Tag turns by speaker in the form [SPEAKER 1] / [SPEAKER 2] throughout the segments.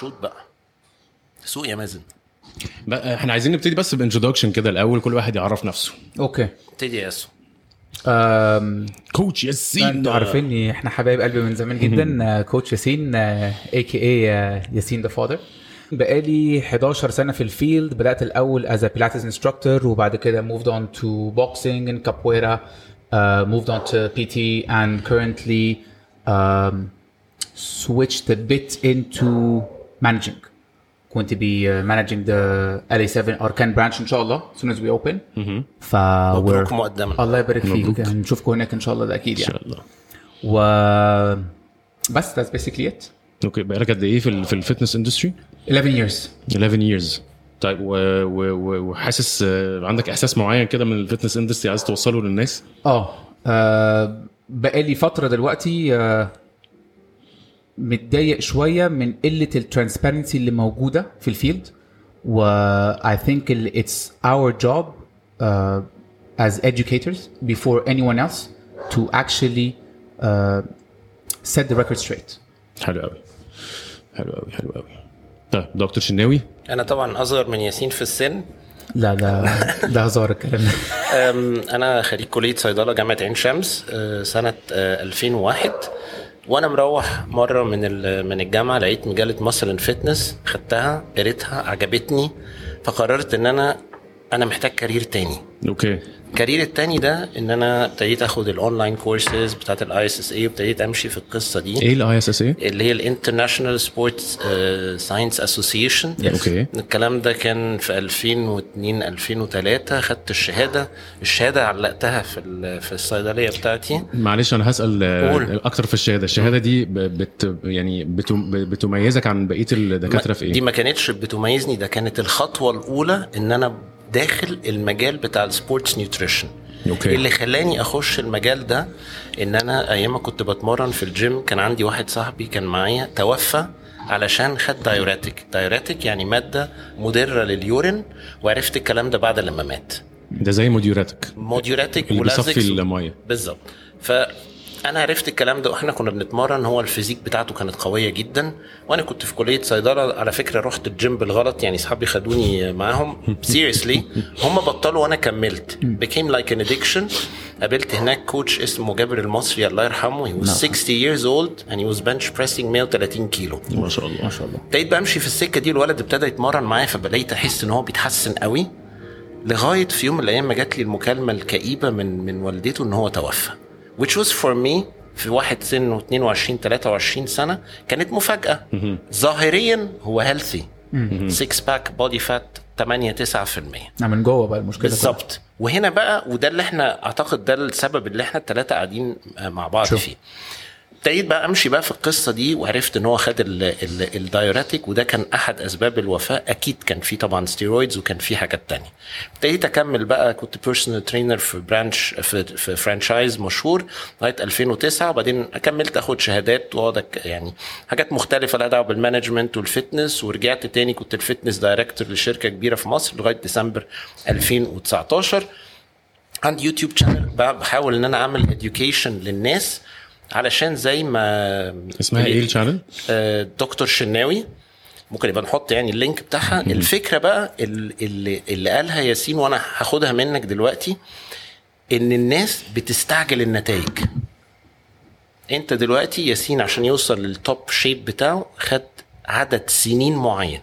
[SPEAKER 1] شوط بقى سوق يا مازن
[SPEAKER 2] بقى احنا عايزين نبتدي بس بانترودكشن كده الاول كل واحد يعرف نفسه
[SPEAKER 3] اوكي
[SPEAKER 1] ابتدي يا اسو
[SPEAKER 3] أم،
[SPEAKER 2] كوتش ياسين
[SPEAKER 3] انتوا عارفيني احنا حبايب قلبي من زمان جدا آه، كوتش ياسين اي كي اي آه، ياسين ذا فاذر بقالي 11 سنه في الفيلد بدات الاول از بيلاتس انستراكتور وبعد كده موفد اون تو بوكسينج اند كابويرا موفد اون تو بي تي اند كورنتلي switched a bit into managing. Going to be uh, managing the LA7 Arcan branch ان شاء الله as soon as we open. ف
[SPEAKER 1] مبروك
[SPEAKER 3] we're-
[SPEAKER 1] مقدما.
[SPEAKER 3] الله يبارك فيك يعني نشوفكم هناك ان شاء الله ده اكيد
[SPEAKER 2] ان
[SPEAKER 3] يعني.
[SPEAKER 2] شاء الله
[SPEAKER 3] و بس that's basically it.
[SPEAKER 2] اوكي بقالك قد ايه في ال- في الفيتنس اندستري
[SPEAKER 3] 11 years.
[SPEAKER 2] 11 years طيب و... و... و... وحاسس آه، عندك احساس معين كده من الفيتنس اندستري عايز توصله للناس
[SPEAKER 3] اه آه، بقالي فتره دلوقتي آه، متضايق شويه من قله الترانسبيرنسي اللي موجوده في الفيلد و I think it's our job uh, as educators before anyone else to actually uh, set the record straight.
[SPEAKER 2] حلو قوي حلو قوي حلو قوي طيب دكتور شناوي
[SPEAKER 1] انا طبعا اصغر من ياسين في السن
[SPEAKER 3] لا ده ده هزار الكلام ده
[SPEAKER 1] أم، انا خريج كليه صيدله جامعه عين شمس أه، سنه أه، 2001 وانا مروح مره من ال- من الجامعه لقيت مجله مصر ان فيتنس خدتها قريتها عجبتني فقررت ان انا انا محتاج كارير تاني
[SPEAKER 2] اوكي
[SPEAKER 1] الكارير التاني ده ان انا ابتديت اخد الاونلاين كورسز بتاعت الاي اس اس اي وابتديت امشي في القصه دي
[SPEAKER 2] ايه الاي اس اس ايه؟
[SPEAKER 1] اللي هي الانترناشونال سبورتس ساينس اسوسيشن
[SPEAKER 2] اوكي
[SPEAKER 1] الكلام ده كان في 2002 2003 خدت الشهاده الشهاده علقتها في ال- في الصيدليه بتاعتي
[SPEAKER 2] معلش انا هسال
[SPEAKER 1] قول.
[SPEAKER 2] آه، اكتر في الشهاده الشهاده دي ب- بت يعني بتم- بتميزك عن بقيه الدكاتره في
[SPEAKER 1] دي
[SPEAKER 2] ايه
[SPEAKER 1] ما كانتش بتميزني ده كانت الخطوه الاولى ان انا داخل المجال بتاع السبورتس نيوتريشن
[SPEAKER 2] أوكي.
[SPEAKER 1] اللي خلاني اخش المجال ده ان انا ايام ما كنت بتمرن في الجيم كان عندي واحد صاحبي كان معايا توفى علشان خد دايوريتك دايوريتك يعني ماده مضره لليورين وعرفت الكلام ده بعد لما مات
[SPEAKER 2] ده زي موديوراتك
[SPEAKER 1] موديوراتك
[SPEAKER 2] اللي بيصفي
[SPEAKER 1] ولازكس
[SPEAKER 2] الميه
[SPEAKER 1] بالظبط فانا عرفت الكلام ده واحنا كنا بنتمرن هو الفيزيك بتاعته كانت قويه جدا وانا كنت في كليه صيدله على فكره رحت الجيم بالغلط يعني اصحابي خدوني معاهم سيريسلي هم بطلوا وانا كملت became like an addiction قابلت هناك كوتش اسمه جابر المصري الله يرحمه he was
[SPEAKER 2] نعم.
[SPEAKER 1] 60 years old and he was bench pressing 130 كيلو
[SPEAKER 2] ما شاء الله ما شاء الله
[SPEAKER 1] ابتديت بمشي في السكه دي الولد ابتدى يتمرن معايا فبقيت احس ان هو بيتحسن قوي لغايه في يوم من الايام ما جات لي المكالمه الكئيبه من من والدته ان هو توفى which was for me في واحد سنه 22 23 سنه كانت مفاجاه ظاهريا هو هيلثي 6 باك بودي فات 8 9%
[SPEAKER 3] أنا من جوه بقى المشكله
[SPEAKER 1] بالظبط وهنا بقى وده اللي احنا اعتقد ده السبب اللي احنا الثلاثه قاعدين مع بعض
[SPEAKER 3] شو.
[SPEAKER 1] فيه ابتديت بقى امشي بقى في القصه دي وعرفت ان هو خد ال- ال- الدايوريتك وده كان احد اسباب الوفاه اكيد كان في طبعا ستيرويدز وكان في حاجات تانية ابتديت اكمل بقى كنت بيرسونال ترينر في برانش في, في فرانشايز مشهور لغايه 2009 وبعدين كملت اخد شهادات واقعد أك- يعني حاجات مختلفه لها دعوه بالمانجمنت والفتنس ورجعت تاني كنت الفتنس دايركتور لشركه كبيره في مصر لغايه ديسمبر 2019 عندي يوتيوب شانل بحاول ان انا اعمل اديوكيشن للناس علشان زي ما
[SPEAKER 2] اسمها ايه الشانل؟
[SPEAKER 1] آه، دكتور شناوي ممكن يبقى نحط يعني اللينك بتاعها الفكره بقى ال- اللي, اللي قالها ياسين وانا هاخدها منك دلوقتي ان الناس بتستعجل النتائج انت دلوقتي ياسين عشان يوصل للتوب شيب بتاعه خد عدد سنين معين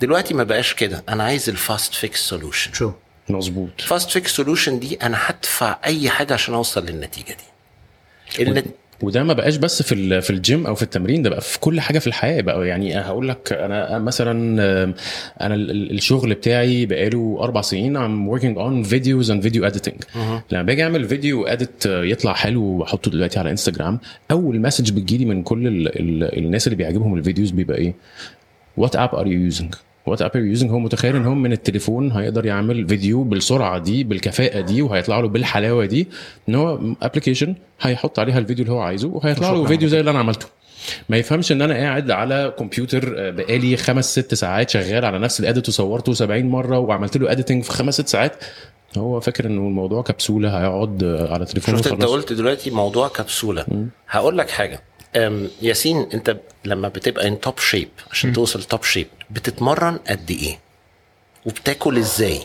[SPEAKER 1] دلوقتي ما بقاش كده انا عايز الفاست فيكس سولوشن
[SPEAKER 3] شو
[SPEAKER 2] مظبوط
[SPEAKER 1] فاست فيك سولوشن دي انا هدفع اي حاجه عشان اوصل للنتيجه دي النت...
[SPEAKER 2] وده ما بقاش بس في ال- في الجيم او في التمرين ده بقى في كل حاجه في الحياه بقى يعني هقول لك انا مثلا آم، انا ال- ال- الشغل بتاعي بقاله اربع سنين ام وركينج اون فيديوز اند فيديو اديتنج لما باجي اعمل فيديو اديت يطلع حلو واحطه دلوقتي على انستجرام اول مسج بتجيلي من كل ال ال الناس اللي بيعجبهم الفيديوز بيبقى ايه وات اب ار يو يوزنج وات اب ار يو يوزنج هو متخيل ان هو من التليفون هيقدر يعمل فيديو بالسرعه دي بالكفاءه دي وهيطلع له بالحلاوه دي ان هو ابلكيشن هيحط عليها الفيديو اللي هو عايزه وهيطلع له فيديو زي اللي انا عملته ما يفهمش ان انا قاعد على كمبيوتر آه، بقالي خمس ست ساعات شغال على نفس الاديت وصورته 70 مره وعملت له اديتنج في خمس ست ساعات هو فاكر انه الموضوع كبسوله هيقعد آه، على تليفونه
[SPEAKER 1] شفت انت
[SPEAKER 2] وخلاص.
[SPEAKER 1] قلت دلوقتي موضوع كبسوله هقول لك حاجه أم، ياسين انت لما بتبقى ان توب شيب عشان توصل توب شيب بتتمرن قد ايه وبتاكل ازاي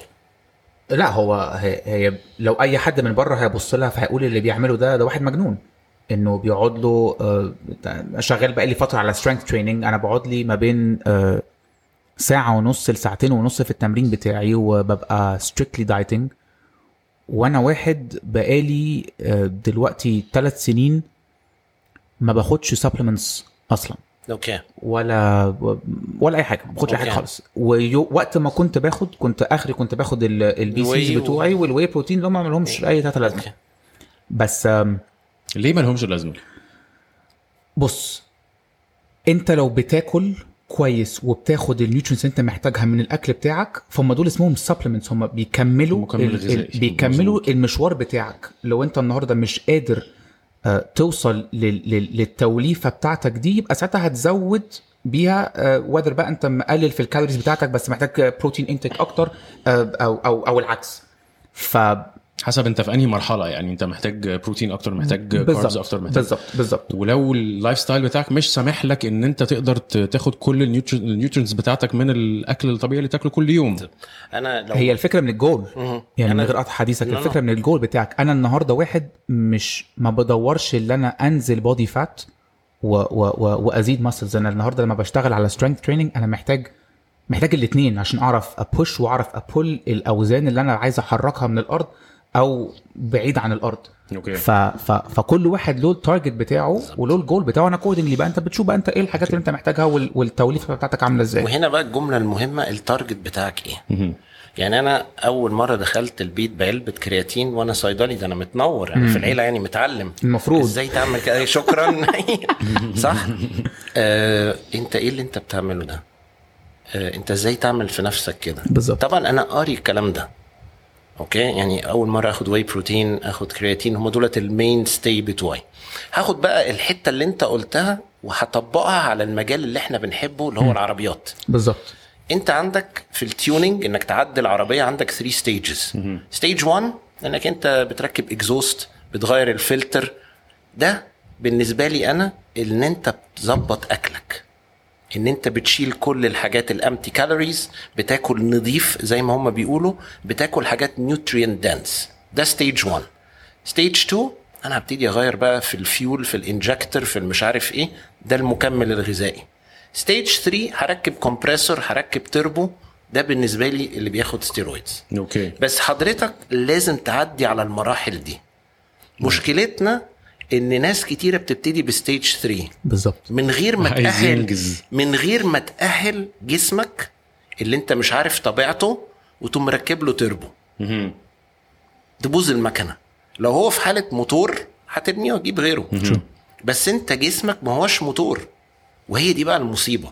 [SPEAKER 3] لا هو هي, هي لو اي حد من بره هيبص لها فهيقول اللي بيعمله ده ده واحد مجنون انه بيقعد له آه، شغال بقالي فتره على سترينث تريننج انا بقعد لي ما بين آه، ساعه ونص لساعتين ونص في التمرين بتاعي وببقى ستريكتلي دايتنج وانا واحد بقالي آه، دلوقتي ثلاث سنين ما باخدش سبلمنتس اصلا
[SPEAKER 1] اوكي
[SPEAKER 3] ولا ولا اي حاجه ما باخدش اي حاجه
[SPEAKER 1] أوكي.
[SPEAKER 3] خالص ووقت ما كنت باخد كنت اخري كنت باخد البي سيز
[SPEAKER 1] الواي و-
[SPEAKER 3] بتوعي والواي بروتين اللي هم ما لهمش اي تلاته لازمه
[SPEAKER 1] أوكي.
[SPEAKER 3] بس آم،
[SPEAKER 2] ليه ما لهمش لازمه؟
[SPEAKER 3] بص انت لو بتاكل كويس وبتاخد النيوترينز انت محتاجها من الاكل بتاعك فهم دول اسمهم سبلمنتس هم بيكملوا
[SPEAKER 2] مكمل غذائي.
[SPEAKER 3] بيكملوا
[SPEAKER 2] مظبوط.
[SPEAKER 3] المشوار بتاعك لو انت النهارده مش قادر آه، توصل لل- لل- للتوليفه بتاعتك دي يبقى ساعتها هتزود بيها وذر بقى انت مقلل في الكالوريز بتاعتك بس محتاج بروتين انتك اكتر آه، او او او العكس ف
[SPEAKER 2] حسب انت في انهي مرحله يعني انت محتاج بروتين اكتر محتاج كاربز
[SPEAKER 3] بالظبط
[SPEAKER 2] اكتر محتاج
[SPEAKER 3] بالظبط بالظبط
[SPEAKER 2] ولو اللايف ستايل بتاعك مش سامح لك ان انت تقدر ت- تاخد كل النيوتر- النيوترينز بتاعتك من الاكل الطبيعي اللي تاكله كل يوم
[SPEAKER 1] انا لو
[SPEAKER 3] هي الفكره من الجول
[SPEAKER 1] مهم.
[SPEAKER 3] يعني
[SPEAKER 1] أنا-
[SPEAKER 3] من غير قطع حديثك
[SPEAKER 1] لا، لا.
[SPEAKER 3] الفكره من الجول بتاعك انا النهارده واحد مش ما بدورش ان انا انزل بودي فات و و و وازيد ماسلز انا النهارده لما بشتغل على سترينث تريننج انا محتاج محتاج الاثنين عشان اعرف ابوش واعرف ابول الاوزان اللي انا عايز احركها من الارض او بعيد عن الارض
[SPEAKER 2] اوكي
[SPEAKER 3] ف... ف... فكل واحد له التارجت بتاعه وله الجول بتاعه انا اكوردنجلي بقى انت بتشوف بقى انت ايه الحاجات اللي انت محتاجها وال... والتوليفه بتاعتك عامله ازاي
[SPEAKER 1] وهنا بقى الجمله المهمه التارجت بتاعك ايه
[SPEAKER 2] مهم.
[SPEAKER 1] يعني انا اول مره دخلت البيت بعلبه كرياتين وانا صيدلي ده انا متنور يعني في العيله يعني متعلم
[SPEAKER 3] المفروض.
[SPEAKER 1] ازاي تعمل كده شكرا صح آه، انت ايه اللي انت بتعمله ده آه، انت ازاي تعمل في نفسك كده
[SPEAKER 3] بالظبط.
[SPEAKER 1] طبعا انا قاري الكلام ده اوكي يعني اول مره اخد واي بروتين اخد كرياتين هم دولت المين ستي بتوعي هاخد بقى الحته اللي انت قلتها وهطبقها على المجال اللي احنا بنحبه اللي هو العربيات
[SPEAKER 3] بالظبط
[SPEAKER 1] انت عندك في التيوننج انك تعدل العربيه عندك 3 ستيجز ستيج 1 انك انت بتركب اكزوست بتغير الفلتر ده بالنسبه لي انا ان انت بتظبط اكلك ان انت بتشيل كل الحاجات الامتي كالوريز بتاكل نظيف زي ما هم بيقولوا بتاكل حاجات نيوترينت دانس ده ستيج 1 ستيج 2 انا هبتدي اغير بقى في الفيول في الانجكتور في المش عارف ايه ده المكمل الغذائي ستيج 3 هركب كومبريسور هركب تربو ده بالنسبه لي اللي بياخد ستيرويدز
[SPEAKER 2] اوكي
[SPEAKER 1] بس حضرتك لازم تعدي على المراحل دي مشكلتنا ان ناس كتيره بتبتدي بستيج 3
[SPEAKER 3] بالظبط
[SPEAKER 1] من غير ما
[SPEAKER 2] عايز
[SPEAKER 1] تأهل
[SPEAKER 2] ينجز.
[SPEAKER 1] من غير ما تأهل جسمك اللي انت مش عارف طبيعته وتقوم مركب له تربو
[SPEAKER 2] مهم.
[SPEAKER 1] تبوظ المكنه لو هو في حاله موتور هترميه وتجيب غيره بس انت جسمك ما هوش موتور وهي دي بقى المصيبه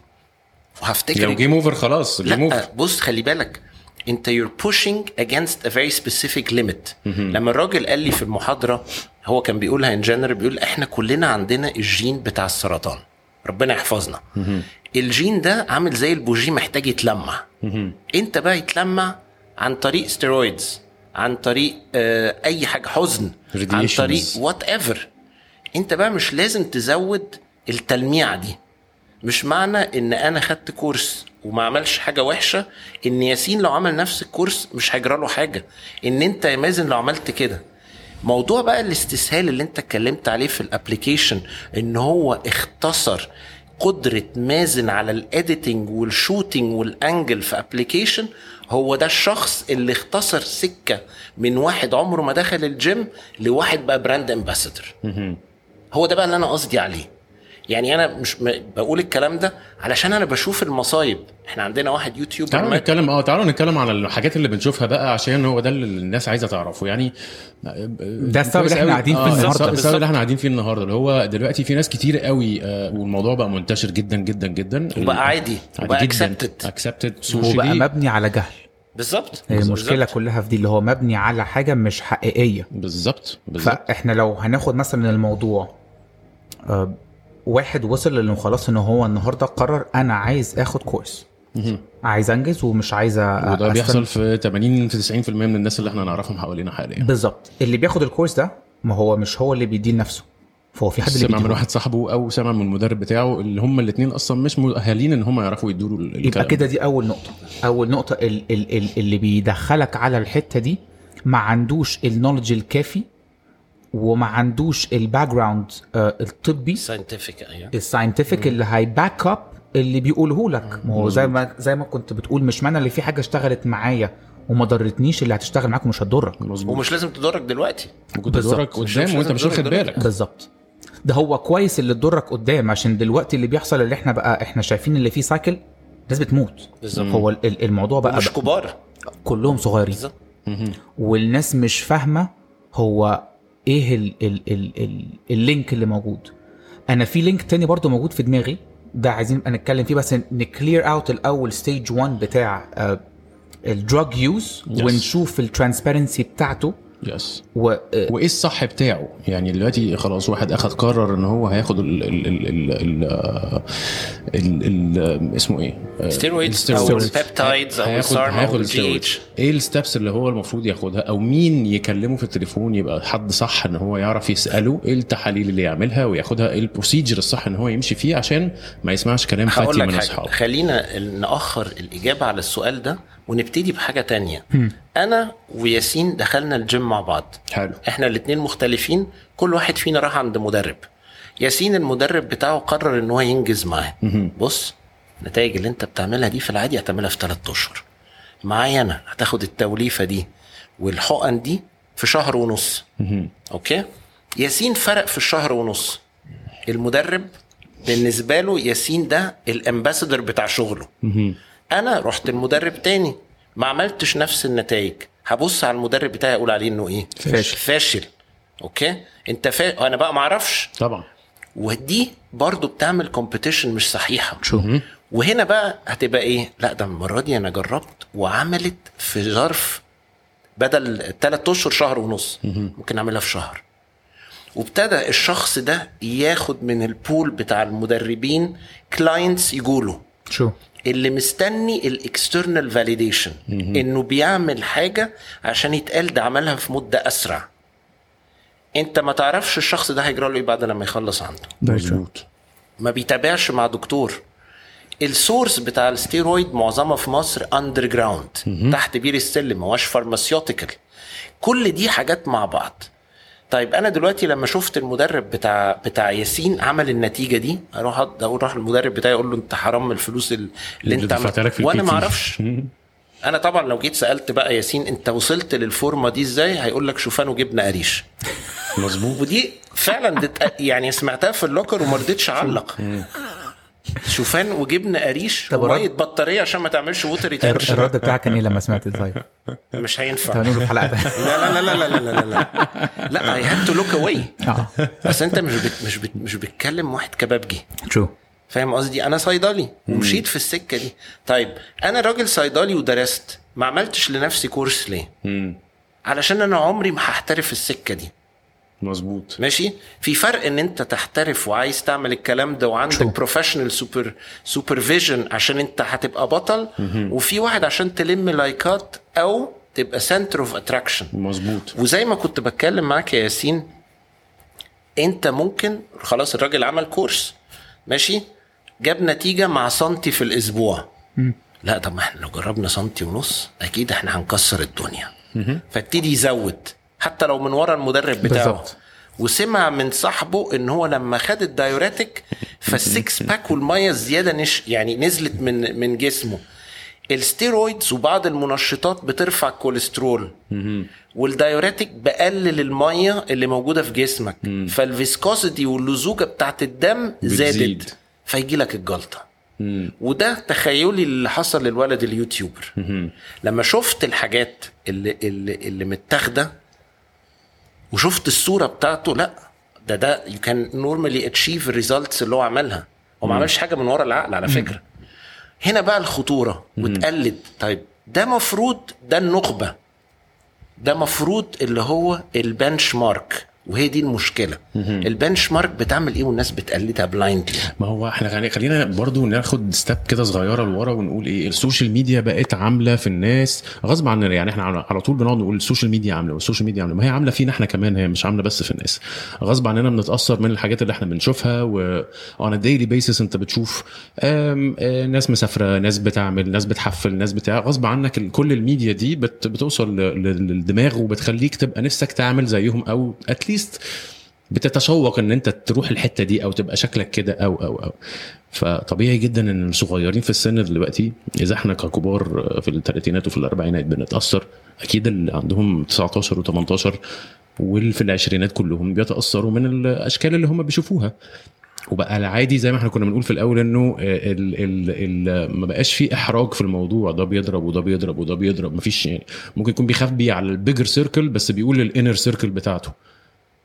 [SPEAKER 1] وهفتكر
[SPEAKER 2] لو جيم اوفر خلاص جيم اوفر
[SPEAKER 1] يعني لا آه، بص خلي بالك انت يور بوشنج اجينست ا فيري سبيسيفيك ليميت لما الراجل قال لي في المحاضره هو كان بيقولها ان جنرال بيقول احنا كلنا عندنا الجين بتاع السرطان ربنا يحفظنا الجين ده عامل زي البوجي محتاج يتلمع انت بقى يتلمع عن طريق ستيرويدز عن طريق آه اي حاجه حزن عن
[SPEAKER 2] Radiations.
[SPEAKER 1] طريق وات ايفر انت بقى مش لازم تزود التلميعه دي مش معنى ان انا خدت كورس وما عملش حاجه وحشه ان ياسين لو عمل نفس الكورس مش هيجرى له حاجه ان انت يا مازن لو عملت كده موضوع بقى الاستسهال اللي انت اتكلمت عليه في الابليكيشن ان هو اختصر قدرة مازن على الاديتنج والشوتينج والانجل في ابلكيشن هو ده الشخص اللي اختصر سكة من واحد عمره ما دخل الجيم لواحد بقى براند امباسادور هو ده بقى اللي انا قصدي عليه يعني انا مش م- بقول الكلام ده علشان انا بشوف المصايب احنا عندنا واحد يوتيوبر
[SPEAKER 2] تعالوا
[SPEAKER 1] ما-
[SPEAKER 2] نتكلم اه تعالوا نتكلم على الحاجات اللي بنشوفها بقى عشان هو ده اللي الناس عايزه تعرفه يعني آه،
[SPEAKER 3] ده السبب اللي احنا
[SPEAKER 1] آه،
[SPEAKER 3] قاعدين فيه النهارده
[SPEAKER 2] السبب السبب اللي احنا قاعدين فيه النهارده اللي هو دلوقتي في ناس كتير قوي آه، والموضوع بقى منتشر جدا جدا جدا
[SPEAKER 1] وبقى عادي وبقى accepted.
[SPEAKER 2] اكسبتد
[SPEAKER 3] وبقى مبني على جهل
[SPEAKER 1] بالظبط
[SPEAKER 3] هي المشكله
[SPEAKER 1] بالظبط.
[SPEAKER 3] كلها في دي اللي هو مبني على حاجه مش حقيقيه
[SPEAKER 2] بالظبط بالظبط
[SPEAKER 3] فاحنا لو هناخد مثلا الموضوع آه، واحد وصل لانه خلاص ان هو النهارده قرر انا عايز اخد كورس
[SPEAKER 2] مهم.
[SPEAKER 3] عايز انجز ومش عايز أ-
[SPEAKER 2] وده
[SPEAKER 3] أستنى.
[SPEAKER 2] بيحصل في 80 في 90% من الناس اللي احنا نعرفهم حوالينا حاليا
[SPEAKER 3] بالظبط اللي بياخد الكورس ده ما هو مش هو اللي بيدين نفسه فهو في حد اللي
[SPEAKER 2] سمع من
[SPEAKER 3] بيديهوله.
[SPEAKER 2] واحد صاحبه او سمع من المدرب بتاعه اللي هم الاثنين اصلا مش مؤهلين ان هم يعرفوا يدوروا ال- الكلام
[SPEAKER 3] يبقى كده دي اول نقطه اول نقطه ال ال ال اللي بيدخلك على الحته دي ما عندوش النولج الكافي وما عندوش الباك جراوند الطبي
[SPEAKER 1] ساينتفك ايوه
[SPEAKER 3] الساينتفك اللي هيباك اب اللي بيقوله لك ما هو زي ما زي ما كنت بتقول مش معنى اللي في حاجه اشتغلت معايا وما ضرتنيش اللي هتشتغل معاك ومش هتضرك
[SPEAKER 2] مظبوط
[SPEAKER 1] ومش لازم تضرك دلوقتي
[SPEAKER 2] ممكن
[SPEAKER 3] بالظبط.
[SPEAKER 2] تدورك قدام وانت مش واخد بالك
[SPEAKER 3] بالظبط ده هو كويس اللي تضرك قدام عشان دلوقتي اللي بيحصل اللي احنا بقى احنا شايفين اللي فيه سايكل ناس بتموت
[SPEAKER 1] بالظبط.
[SPEAKER 3] هو ال- ال- الموضوع بقى,
[SPEAKER 1] مش
[SPEAKER 3] بقى
[SPEAKER 1] كبار
[SPEAKER 3] كلهم صغيرين
[SPEAKER 1] بالظبط
[SPEAKER 2] مهم.
[SPEAKER 3] والناس مش فاهمه هو ايه ال ال ال ال اللينك اللي موجود انا في لينك تاني برضو موجود في دماغي ده عايزين نبقى نتكلم فيه بس نكلير اوت الاول ستيج 1 بتاع آه، الدراج يوز
[SPEAKER 2] Yes.
[SPEAKER 3] ونشوف الترانسبيرنسي بتاعته
[SPEAKER 2] يس
[SPEAKER 3] و آه،
[SPEAKER 2] وايه الصح بتاعه يعني دلوقتي خلاص واحد اخد قرر ان هو هياخد ال ال ال ال ال ال- ال- اسمه ايه
[SPEAKER 1] ستيرويدز او
[SPEAKER 2] الستيرويدز.
[SPEAKER 1] البيبتايدز او
[SPEAKER 2] هياخد
[SPEAKER 1] السارما او
[SPEAKER 2] هياخد
[SPEAKER 1] الجي
[SPEAKER 2] الستيرويد
[SPEAKER 1] اتش
[SPEAKER 2] ايه الستبس اللي هو المفروض ياخدها او مين يكلمه في التليفون يبقى حد صح ان هو يعرف يساله ايه التحاليل اللي يعملها وياخدها ايه البروسيجر الصح ان هو يمشي فيه عشان ما يسمعش كلام
[SPEAKER 1] هقول
[SPEAKER 2] فاتي
[SPEAKER 1] لك
[SPEAKER 2] من
[SPEAKER 1] حاجه
[SPEAKER 2] اصحابه
[SPEAKER 1] خلينا ناخر الاجابه على السؤال ده ونبتدي بحاجه تانية انا وياسين دخلنا الجيم مع بعض
[SPEAKER 2] حلو
[SPEAKER 1] احنا الاتنين مختلفين كل واحد فينا راح عند مدرب ياسين المدرب بتاعه قرر ان هو ينجز معاه
[SPEAKER 2] مهم.
[SPEAKER 1] بص النتائج اللي انت بتعملها دي في العادي هتعملها في 3 اشهر معايا انا هتاخد التوليفه دي والحقن دي في شهر ونص
[SPEAKER 2] مهم.
[SPEAKER 1] اوكي ياسين فرق في الشهر ونص المدرب بالنسبه له ياسين ده الامباسادور بتاع شغله
[SPEAKER 2] مهم.
[SPEAKER 1] انا رحت المدرب تاني ما عملتش نفس النتائج هبص على المدرب بتاعي اقول عليه انه ايه
[SPEAKER 3] فاشل.
[SPEAKER 1] فاشل اوكي انت فا... انا بقى ما اعرفش
[SPEAKER 2] طبعا
[SPEAKER 1] ودي برضو بتعمل كومبيتيشن مش صحيحه
[SPEAKER 2] مهم.
[SPEAKER 1] وهنا بقى هتبقى ايه لا ده المره دي انا جربت وعملت في ظرف بدل ثلاث اشهر شهر ونص ممكن اعملها في شهر وابتدى الشخص ده ياخد من البول بتاع المدربين كلاينتس يقولوا
[SPEAKER 3] شو
[SPEAKER 1] اللي مستني الاكسترنال فاليديشن انه بيعمل حاجه عشان يتقال ده عملها في مده اسرع انت ما تعرفش الشخص ده هيجرى له ايه بعد لما يخلص عنده
[SPEAKER 2] مظبوط
[SPEAKER 1] ما بيتابعش مع دكتور السورس بتاع الستيرويد معظمها في مصر اندر جراوند تحت بير السلم ما هوش فارماسيوتيكال كل دي حاجات مع بعض طيب انا دلوقتي لما شفت المدرب بتاع بتاع ياسين عمل النتيجه دي اروح أد- اقول راح المدرب بتاعي اقول له انت حرام الفلوس ال- اللي انت
[SPEAKER 2] دفعتها لك
[SPEAKER 1] عملت
[SPEAKER 2] في
[SPEAKER 1] وانا
[SPEAKER 2] الPT.
[SPEAKER 1] ما اعرفش انا طبعا لو جيت سالت بقى ياسين انت وصلت للفورمه دي ازاي هيقول لك شوفان وجبنه قريش
[SPEAKER 2] مظبوط
[SPEAKER 1] ودي فعلا دت... يعني سمعتها في اللوكر وما رضيتش اعلق شوفان وجبنه قريش
[SPEAKER 3] طب
[SPEAKER 1] وميه بطاريه عشان ما تعملش ووتر ريتنشن
[SPEAKER 3] الرد بتاعك كان ايه لما سمعت ازاي؟
[SPEAKER 1] مش هينفع
[SPEAKER 3] هنقوله في الحلقه ده
[SPEAKER 1] لا لا لا لا لا لا لا لا لا اي هاد تو لوك اواي
[SPEAKER 3] اه
[SPEAKER 1] بس انت مش بت... مش بت... مش بتكلم واحد كبابجي
[SPEAKER 3] شو
[SPEAKER 1] فاهم قصدي انا صيدلي ومشيت في السكه دي طيب انا راجل صيدلي ودرست ما عملتش لنفسي كورس ليه علشان انا عمري ما هحترف السكه دي
[SPEAKER 2] مظبوط
[SPEAKER 1] ماشي في فرق ان انت تحترف وعايز تعمل الكلام ده وعندك بروفيشنال سوبر سوبرفيجن عشان انت هتبقى بطل وفي واحد عشان تلم لايكات او تبقى سنتر اوف اتراكشن
[SPEAKER 2] مظبوط
[SPEAKER 1] وزي ما كنت بتكلم معاك يا ياسين انت ممكن خلاص الراجل عمل كورس ماشي جاب نتيجه مع سنتي في الاسبوع لا طب ما احنا لو جربنا سنتي ونص اكيد احنا هنكسر الدنيا فابتدي يزود حتى لو من ورا المدرب بتاعه
[SPEAKER 3] بالظبط.
[SPEAKER 1] وسمع من صاحبه ان هو لما خد الدايوريتك فالسكس باك والميه الزياده نش يعني نزلت من من جسمه الستيرويدز وبعض المنشطات بترفع الكوليسترول والدايوريتك بقلل الميه اللي موجوده في جسمك فالفيسكوسيتي واللزوجه بتاعت الدم
[SPEAKER 2] بتزيد.
[SPEAKER 1] زادت فيجي لك الجلطه وده تخيلي اللي حصل للولد اليوتيوبر لما شفت الحاجات اللي اللي, اللي متاخده وشفت الصوره بتاعته لا ده ده يو كان نورمالي اتشيف الريزلتس اللي هو عملها هو ما عملش حاجه من ورا العقل على فكره هنا بقى الخطوره وتقلد طيب ده مفروض ده النخبه ده مفروض اللي هو البنش مارك وهي دي المشكله البنش مارك بتعمل ايه والناس بتقلدها بلايندلي
[SPEAKER 2] ما هو احنا خلي- خلينا برضو ناخد ستيب كده صغيره لورا ونقول ايه السوشيال ميديا بقت عامله في الناس غصب عننا يعني احنا على- على طول بنقعد نقول السوشيال ميديا عامله والسوشيال ميديا عامله ما هي عامله فينا احنا كمان هي مش عامله بس في الناس غصب عننا بنتاثر من الحاجات اللي احنا بنشوفها وانا ديلي بيسس انت بتشوف آم، آه، ناس مسافره ناس بتعمل ناس بتحفل ناس بتاع غصب عنك ال- كل الميديا دي بت بتوصل ل- ل- للدماغ وبتخليك تبقى نفسك تعمل زيهم او اتليست بتتشوق ان انت تروح الحته دي او تبقى شكلك كده او او او فطبيعي جدا ان الصغيرين في السن دلوقتي اذا احنا ككبار في الثلاثينات وفي الاربعينات بنتاثر اكيد اللي عندهم 19 و18 واللي في العشرينات كلهم بيتاثروا من الاشكال اللي هم بيشوفوها وبقى العادي زي ما احنا كنا بنقول في الاول انه ال ال ال ما بقاش في احراج في الموضوع ده بيضرب وده بيضرب وده بيضرب مفيش يعني ممكن يكون بيخبي على البيجر سيركل بس بيقول للانر سيركل بتاعته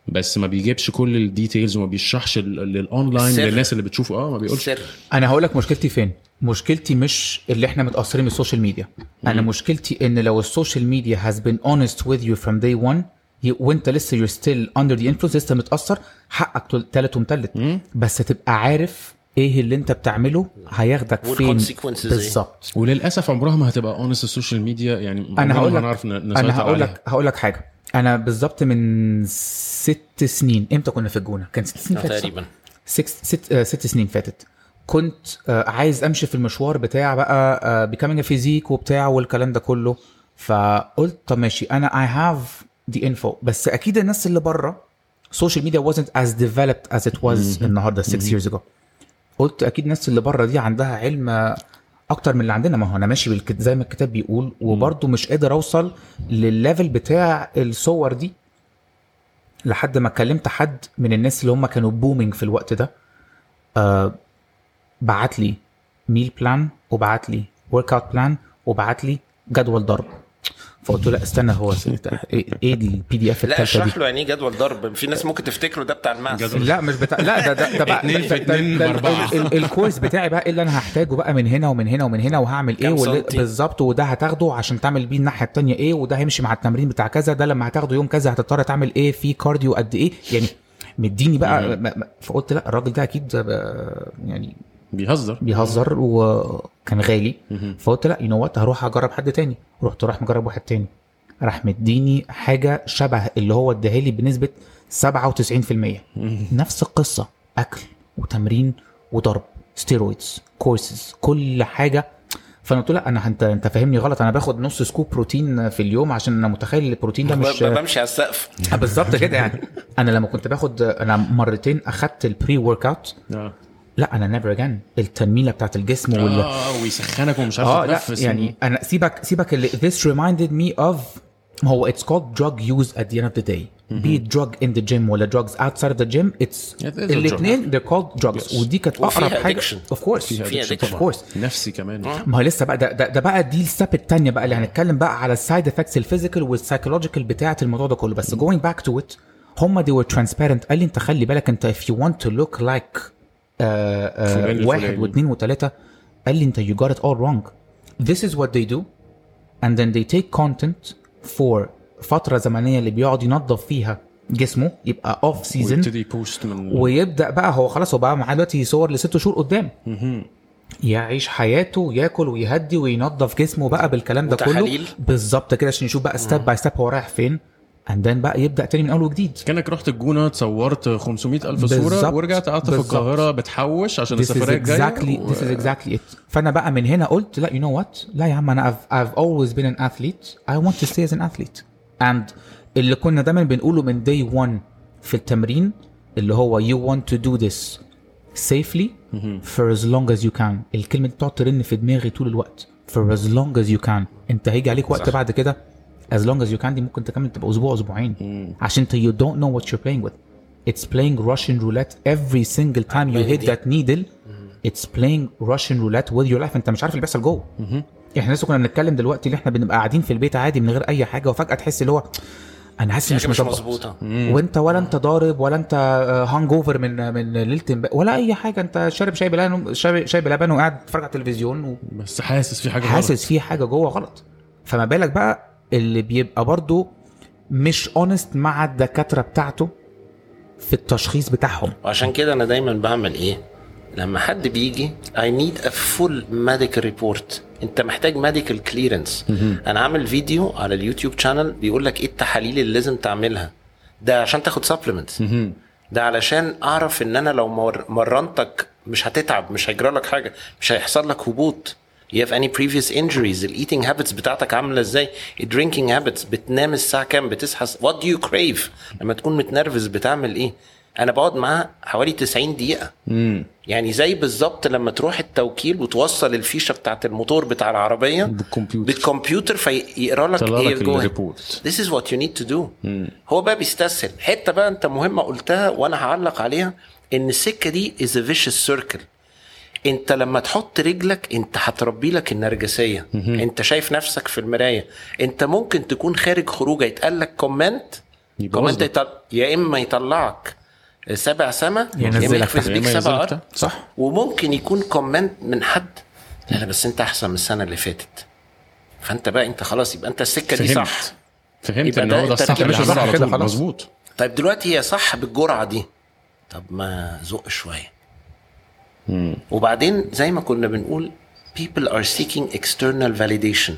[SPEAKER 2] بس ما بيجيبش كل الديتيلز وما بيشرحش لل- للاونلاين
[SPEAKER 1] السر.
[SPEAKER 2] للناس اللي بتشوفه اه ما بيقولش
[SPEAKER 1] السر
[SPEAKER 3] انا هقول لك مشكلتي فين مشكلتي مش اللي احنا متاثرين بالسوشيال ميديا انا
[SPEAKER 2] مم.
[SPEAKER 3] مشكلتي ان لو السوشيال ميديا has been honest with you from day one ي- وانت لسه you're still under the influence لسه متاثر حقك تل- تالت ومتلت
[SPEAKER 2] مم.
[SPEAKER 3] بس تبقى عارف ايه اللي انت بتعمله هياخدك فين
[SPEAKER 1] والconsequences إيه؟
[SPEAKER 3] بالظبط
[SPEAKER 2] وللاسف عمرها ما هتبقى اونست السوشيال ميديا يعني عمرنا
[SPEAKER 3] هقول
[SPEAKER 2] ما
[SPEAKER 3] لك-
[SPEAKER 2] هنعرف ن- نسيطر
[SPEAKER 3] انا هقول
[SPEAKER 2] عليها.
[SPEAKER 3] لك هقول لك حاجه انا بالظبط من ست سنين امتى كنا في الجونه كان ست سنين
[SPEAKER 1] آه،
[SPEAKER 3] فاتت صح؟
[SPEAKER 1] تقريبا
[SPEAKER 3] ست ست, آه، ست سنين فاتت كنت آه، عايز امشي في المشوار بتاع بقى آه، بيكامينج فيزيك وبتاع والكلام ده كله فقلت طب ماشي انا اي هاف دي انفو بس اكيد الناس اللي بره السوشيال ميديا wasn't as developed as it was
[SPEAKER 2] مهم.
[SPEAKER 3] النهارده 6 years ago قلت اكيد الناس اللي بره دي عندها علم آه، اكتر من اللي عندنا ما هو انا ماشي بالكت... زي ما الكتاب بيقول وبرضه مش قادر اوصل للليفل بتاع الصور دي لحد ما كلمت حد من الناس اللي هم كانوا بومينج في الوقت ده آه بعت لي ميل بلان وبعت لي ورك اوت بلان وبعت لي جدول ضرب فقلت له لا استنى هو ايه إيه البي دي اف
[SPEAKER 1] لا
[SPEAKER 3] الثالثه دي
[SPEAKER 1] اشرح له يعني ايه جدول ضرب في ناس ممكن تفتكره ده بتاع الماس
[SPEAKER 2] جدول.
[SPEAKER 3] لا مش بتاع لا ده ده ده بقى
[SPEAKER 2] اتنين في
[SPEAKER 3] ده- ده-
[SPEAKER 2] اتنين
[SPEAKER 3] ده-
[SPEAKER 2] بأربعة.
[SPEAKER 3] ال- ال- الكورس بتاعي بقى إيه اللي انا هحتاجه بقى من هنا ومن هنا ومن هنا وهعمل ايه
[SPEAKER 1] كام
[SPEAKER 3] واللي-
[SPEAKER 1] سنتي؟
[SPEAKER 3] بالظبط وده هتاخده عشان تعمل بيه الناحيه التانية ايه وده هيمشي مع التمرين بتاع كذا ده لما هتاخده يوم كذا هتضطر تعمل ايه في كارديو قد ايه يعني مديني بقى ما- ما- فقلت لا الراجل ده اكيد آه، يعني
[SPEAKER 2] بيهزر
[SPEAKER 3] بيهزر وكان غالي
[SPEAKER 2] مهم.
[SPEAKER 3] فقلت لا يو نو وات هروح اجرب حد تاني رحت راح مجرب واحد تاني راح مديني حاجه شبه اللي هو اداها لي بنسبه 97%
[SPEAKER 2] مهم.
[SPEAKER 3] نفس القصه اكل وتمرين وضرب ستيرويدز كورسز كل حاجه فانا قلت له، لا انا انت انت فاهمني غلط انا باخد نص سكوب بروتين في اليوم عشان انا متخيل البروتين ده مش
[SPEAKER 1] ب- بمشي على السقف
[SPEAKER 3] بالظبط كده يعني انا لما كنت باخد انا مرتين اخدت البري ورك اوت
[SPEAKER 2] اه
[SPEAKER 3] لا انا نيفر اجان التنميله بتاعت الجسم وال
[SPEAKER 2] اه ويسخنك ومش عارف
[SPEAKER 3] اه لا
[SPEAKER 2] تتنفس
[SPEAKER 3] يعني انا سيبك سيبك اللي this reminded me of ما هو it's called drug use at the end of the day be it drug in the gym ولا drugs outside of the gym it's
[SPEAKER 2] It is a drug.
[SPEAKER 3] الاثنين they're called drugs
[SPEAKER 2] Yes.
[SPEAKER 3] ودي كانت
[SPEAKER 1] وفيها
[SPEAKER 3] اقرب حاجه
[SPEAKER 1] addiction.
[SPEAKER 3] of course
[SPEAKER 2] فيها
[SPEAKER 1] فيها addiction
[SPEAKER 3] of
[SPEAKER 1] طبعاً.
[SPEAKER 3] course
[SPEAKER 2] نفسي كمان
[SPEAKER 1] آه.
[SPEAKER 3] ما هو لسه بقى ده ده, ده بقى دي الستيب الثانيه بقى اللي هنتكلم بقى على السايد افكتس الفيزيكال والسايكولوجيكال بتاعه الموضوع ده كله بس جوينج باك تو ات هم دي were transparent قال لي انت خلي بالك انت if you want to look like آه، آه،
[SPEAKER 2] فلان الفلاني.
[SPEAKER 3] واحد واثنين وثلاثه قال لي انت you got it all wrong this is what they do and then they take content for فتره زمنيه اللي بيقعد ينظف فيها جسمه يبقى اوف سيزون
[SPEAKER 2] ويبتدي يبوست من
[SPEAKER 3] ويبدا بقى هو خلاص هو بقى معاه دلوقتي صور لست شهور قدام
[SPEAKER 2] مهم.
[SPEAKER 3] يعيش حياته وياكل ويهدي وينظف جسمه بقى بالكلام ده كله
[SPEAKER 1] وتحاليل.
[SPEAKER 3] بالظبط كده عشان يشوف بقى ستيب باي ستيب هو رايح فين اندان بقى يبدا تاني من اول وجديد
[SPEAKER 2] كانك رحت الجونه اتصورت 500 الف صوره
[SPEAKER 3] بالظبط.
[SPEAKER 2] ورجعت قعدت في
[SPEAKER 3] بالظبط.
[SPEAKER 2] القاهره بتحوش عشان
[SPEAKER 3] This is
[SPEAKER 2] السفريه الجايه
[SPEAKER 3] exactly
[SPEAKER 2] و-
[SPEAKER 3] this is exactly it فانا بقى من هنا قلت لا يو نو وات لا يا عم انا I've, I've always been an athlete I want to stay as an athlete and اللي كنا دايما بنقوله من day one في التمرين اللي هو you want to do this safely for as long as you can الكلمة دي بتقعد ترن في دماغي طول الوقت for as long as you can انت هيجي عليك وقت بعد كده as long as you can دي ممكن تكمل تبقى اسبوع اسبوعين عشان انت you don't know what you're playing with it's playing Russian roulette every single time you hit that needle it's playing Russian roulette with your life انت مش عارف اللي بيحصل جوه احنا لسه كنا بنتكلم دلوقتي اللي احنا بنبقى قاعدين في البيت عادي من غير اي حاجه وفجاه تحس اللي هو انا حاسس
[SPEAKER 1] حاجه
[SPEAKER 3] مش
[SPEAKER 1] مش
[SPEAKER 3] مظبوط
[SPEAKER 1] مظبوطه
[SPEAKER 3] وانت ولا انت ضارب ولا انت هانج اوفر من آه، من ليله امبارح ولا اي حاجه انت شارب شاي بلبن شاي شاي بلبن وقاعد بتتفرج على التلفزيون
[SPEAKER 2] بس حاسس في حاجه غلط.
[SPEAKER 3] وحاسس في حاجه جوه غلط فما بالك بقى اللي بيبقى برضو مش اونست مع الدكاتره بتاعته في التشخيص بتاعهم
[SPEAKER 1] وعشان كده انا دايما بعمل ايه لما حد بيجي I need a full medical report انت محتاج medical clearance انا عامل فيديو على اليوتيوب شانل بيقول لك ايه التحاليل اللي لازم تعملها ده عشان تاخد سبلمنتس ده علشان اعرف ان انا لو مر- مرنتك مش هتتعب مش هيجرى لك حاجه مش هيحصل لك هبوط you have any previous injuries الايتنج هابتس بتاعتك عامله ازاي الدرينكينج هابتس بتنام الساعه كام بتصحى س- what do you crave لما تكون متنرفز بتعمل ايه انا بقعد معاه حوالي 90 دقيقه يعني زي بالظبط لما تروح التوكيل وتوصل الفيشه بتاعت الموتور بتاع العربيه
[SPEAKER 2] بالكمبيوتر.
[SPEAKER 1] بالكمبيوتر فيقرا لك
[SPEAKER 2] يطلع
[SPEAKER 1] ايه
[SPEAKER 2] لك
[SPEAKER 1] جوه.
[SPEAKER 2] الريبورت.
[SPEAKER 1] This is what you need to do. هو بقى بيستسهل حته بقى انت مهمه قلتها وانا هعلق عليها ان السكه دي is a vicious circle. انت لما تحط رجلك انت هتربي لك النرجسيه انت شايف نفسك في المرايه انت ممكن تكون خارج خروجه يتقال لك كومنت
[SPEAKER 2] يبوظ
[SPEAKER 1] كومنت
[SPEAKER 2] ده.
[SPEAKER 1] يطل... يا اما يطلعك سبع سما يا اما
[SPEAKER 3] ينزلك
[SPEAKER 1] يحفز
[SPEAKER 2] تحت. يا
[SPEAKER 1] بيك
[SPEAKER 2] إما
[SPEAKER 1] سبع
[SPEAKER 2] ينزلك
[SPEAKER 1] ارض
[SPEAKER 2] تحت. صح.
[SPEAKER 1] وممكن يكون كومنت من حد لا لا بس انت احسن من السنه اللي فاتت فانت بقى انت خلاص يبقى انت السكه دي صح
[SPEAKER 2] فهمت فهمت
[SPEAKER 1] يبقى
[SPEAKER 2] ان
[SPEAKER 1] ده
[SPEAKER 2] هو ده الصح
[SPEAKER 1] التركيبة
[SPEAKER 2] اللي
[SPEAKER 3] الصح
[SPEAKER 2] هعمله على
[SPEAKER 3] كده
[SPEAKER 2] طول
[SPEAKER 3] خلاص.
[SPEAKER 2] مظبوط
[SPEAKER 1] طيب دلوقتي هي صح بالجرعه دي طب ما زق شويه وبعدين زي ما كنا بنقول people are seeking external validation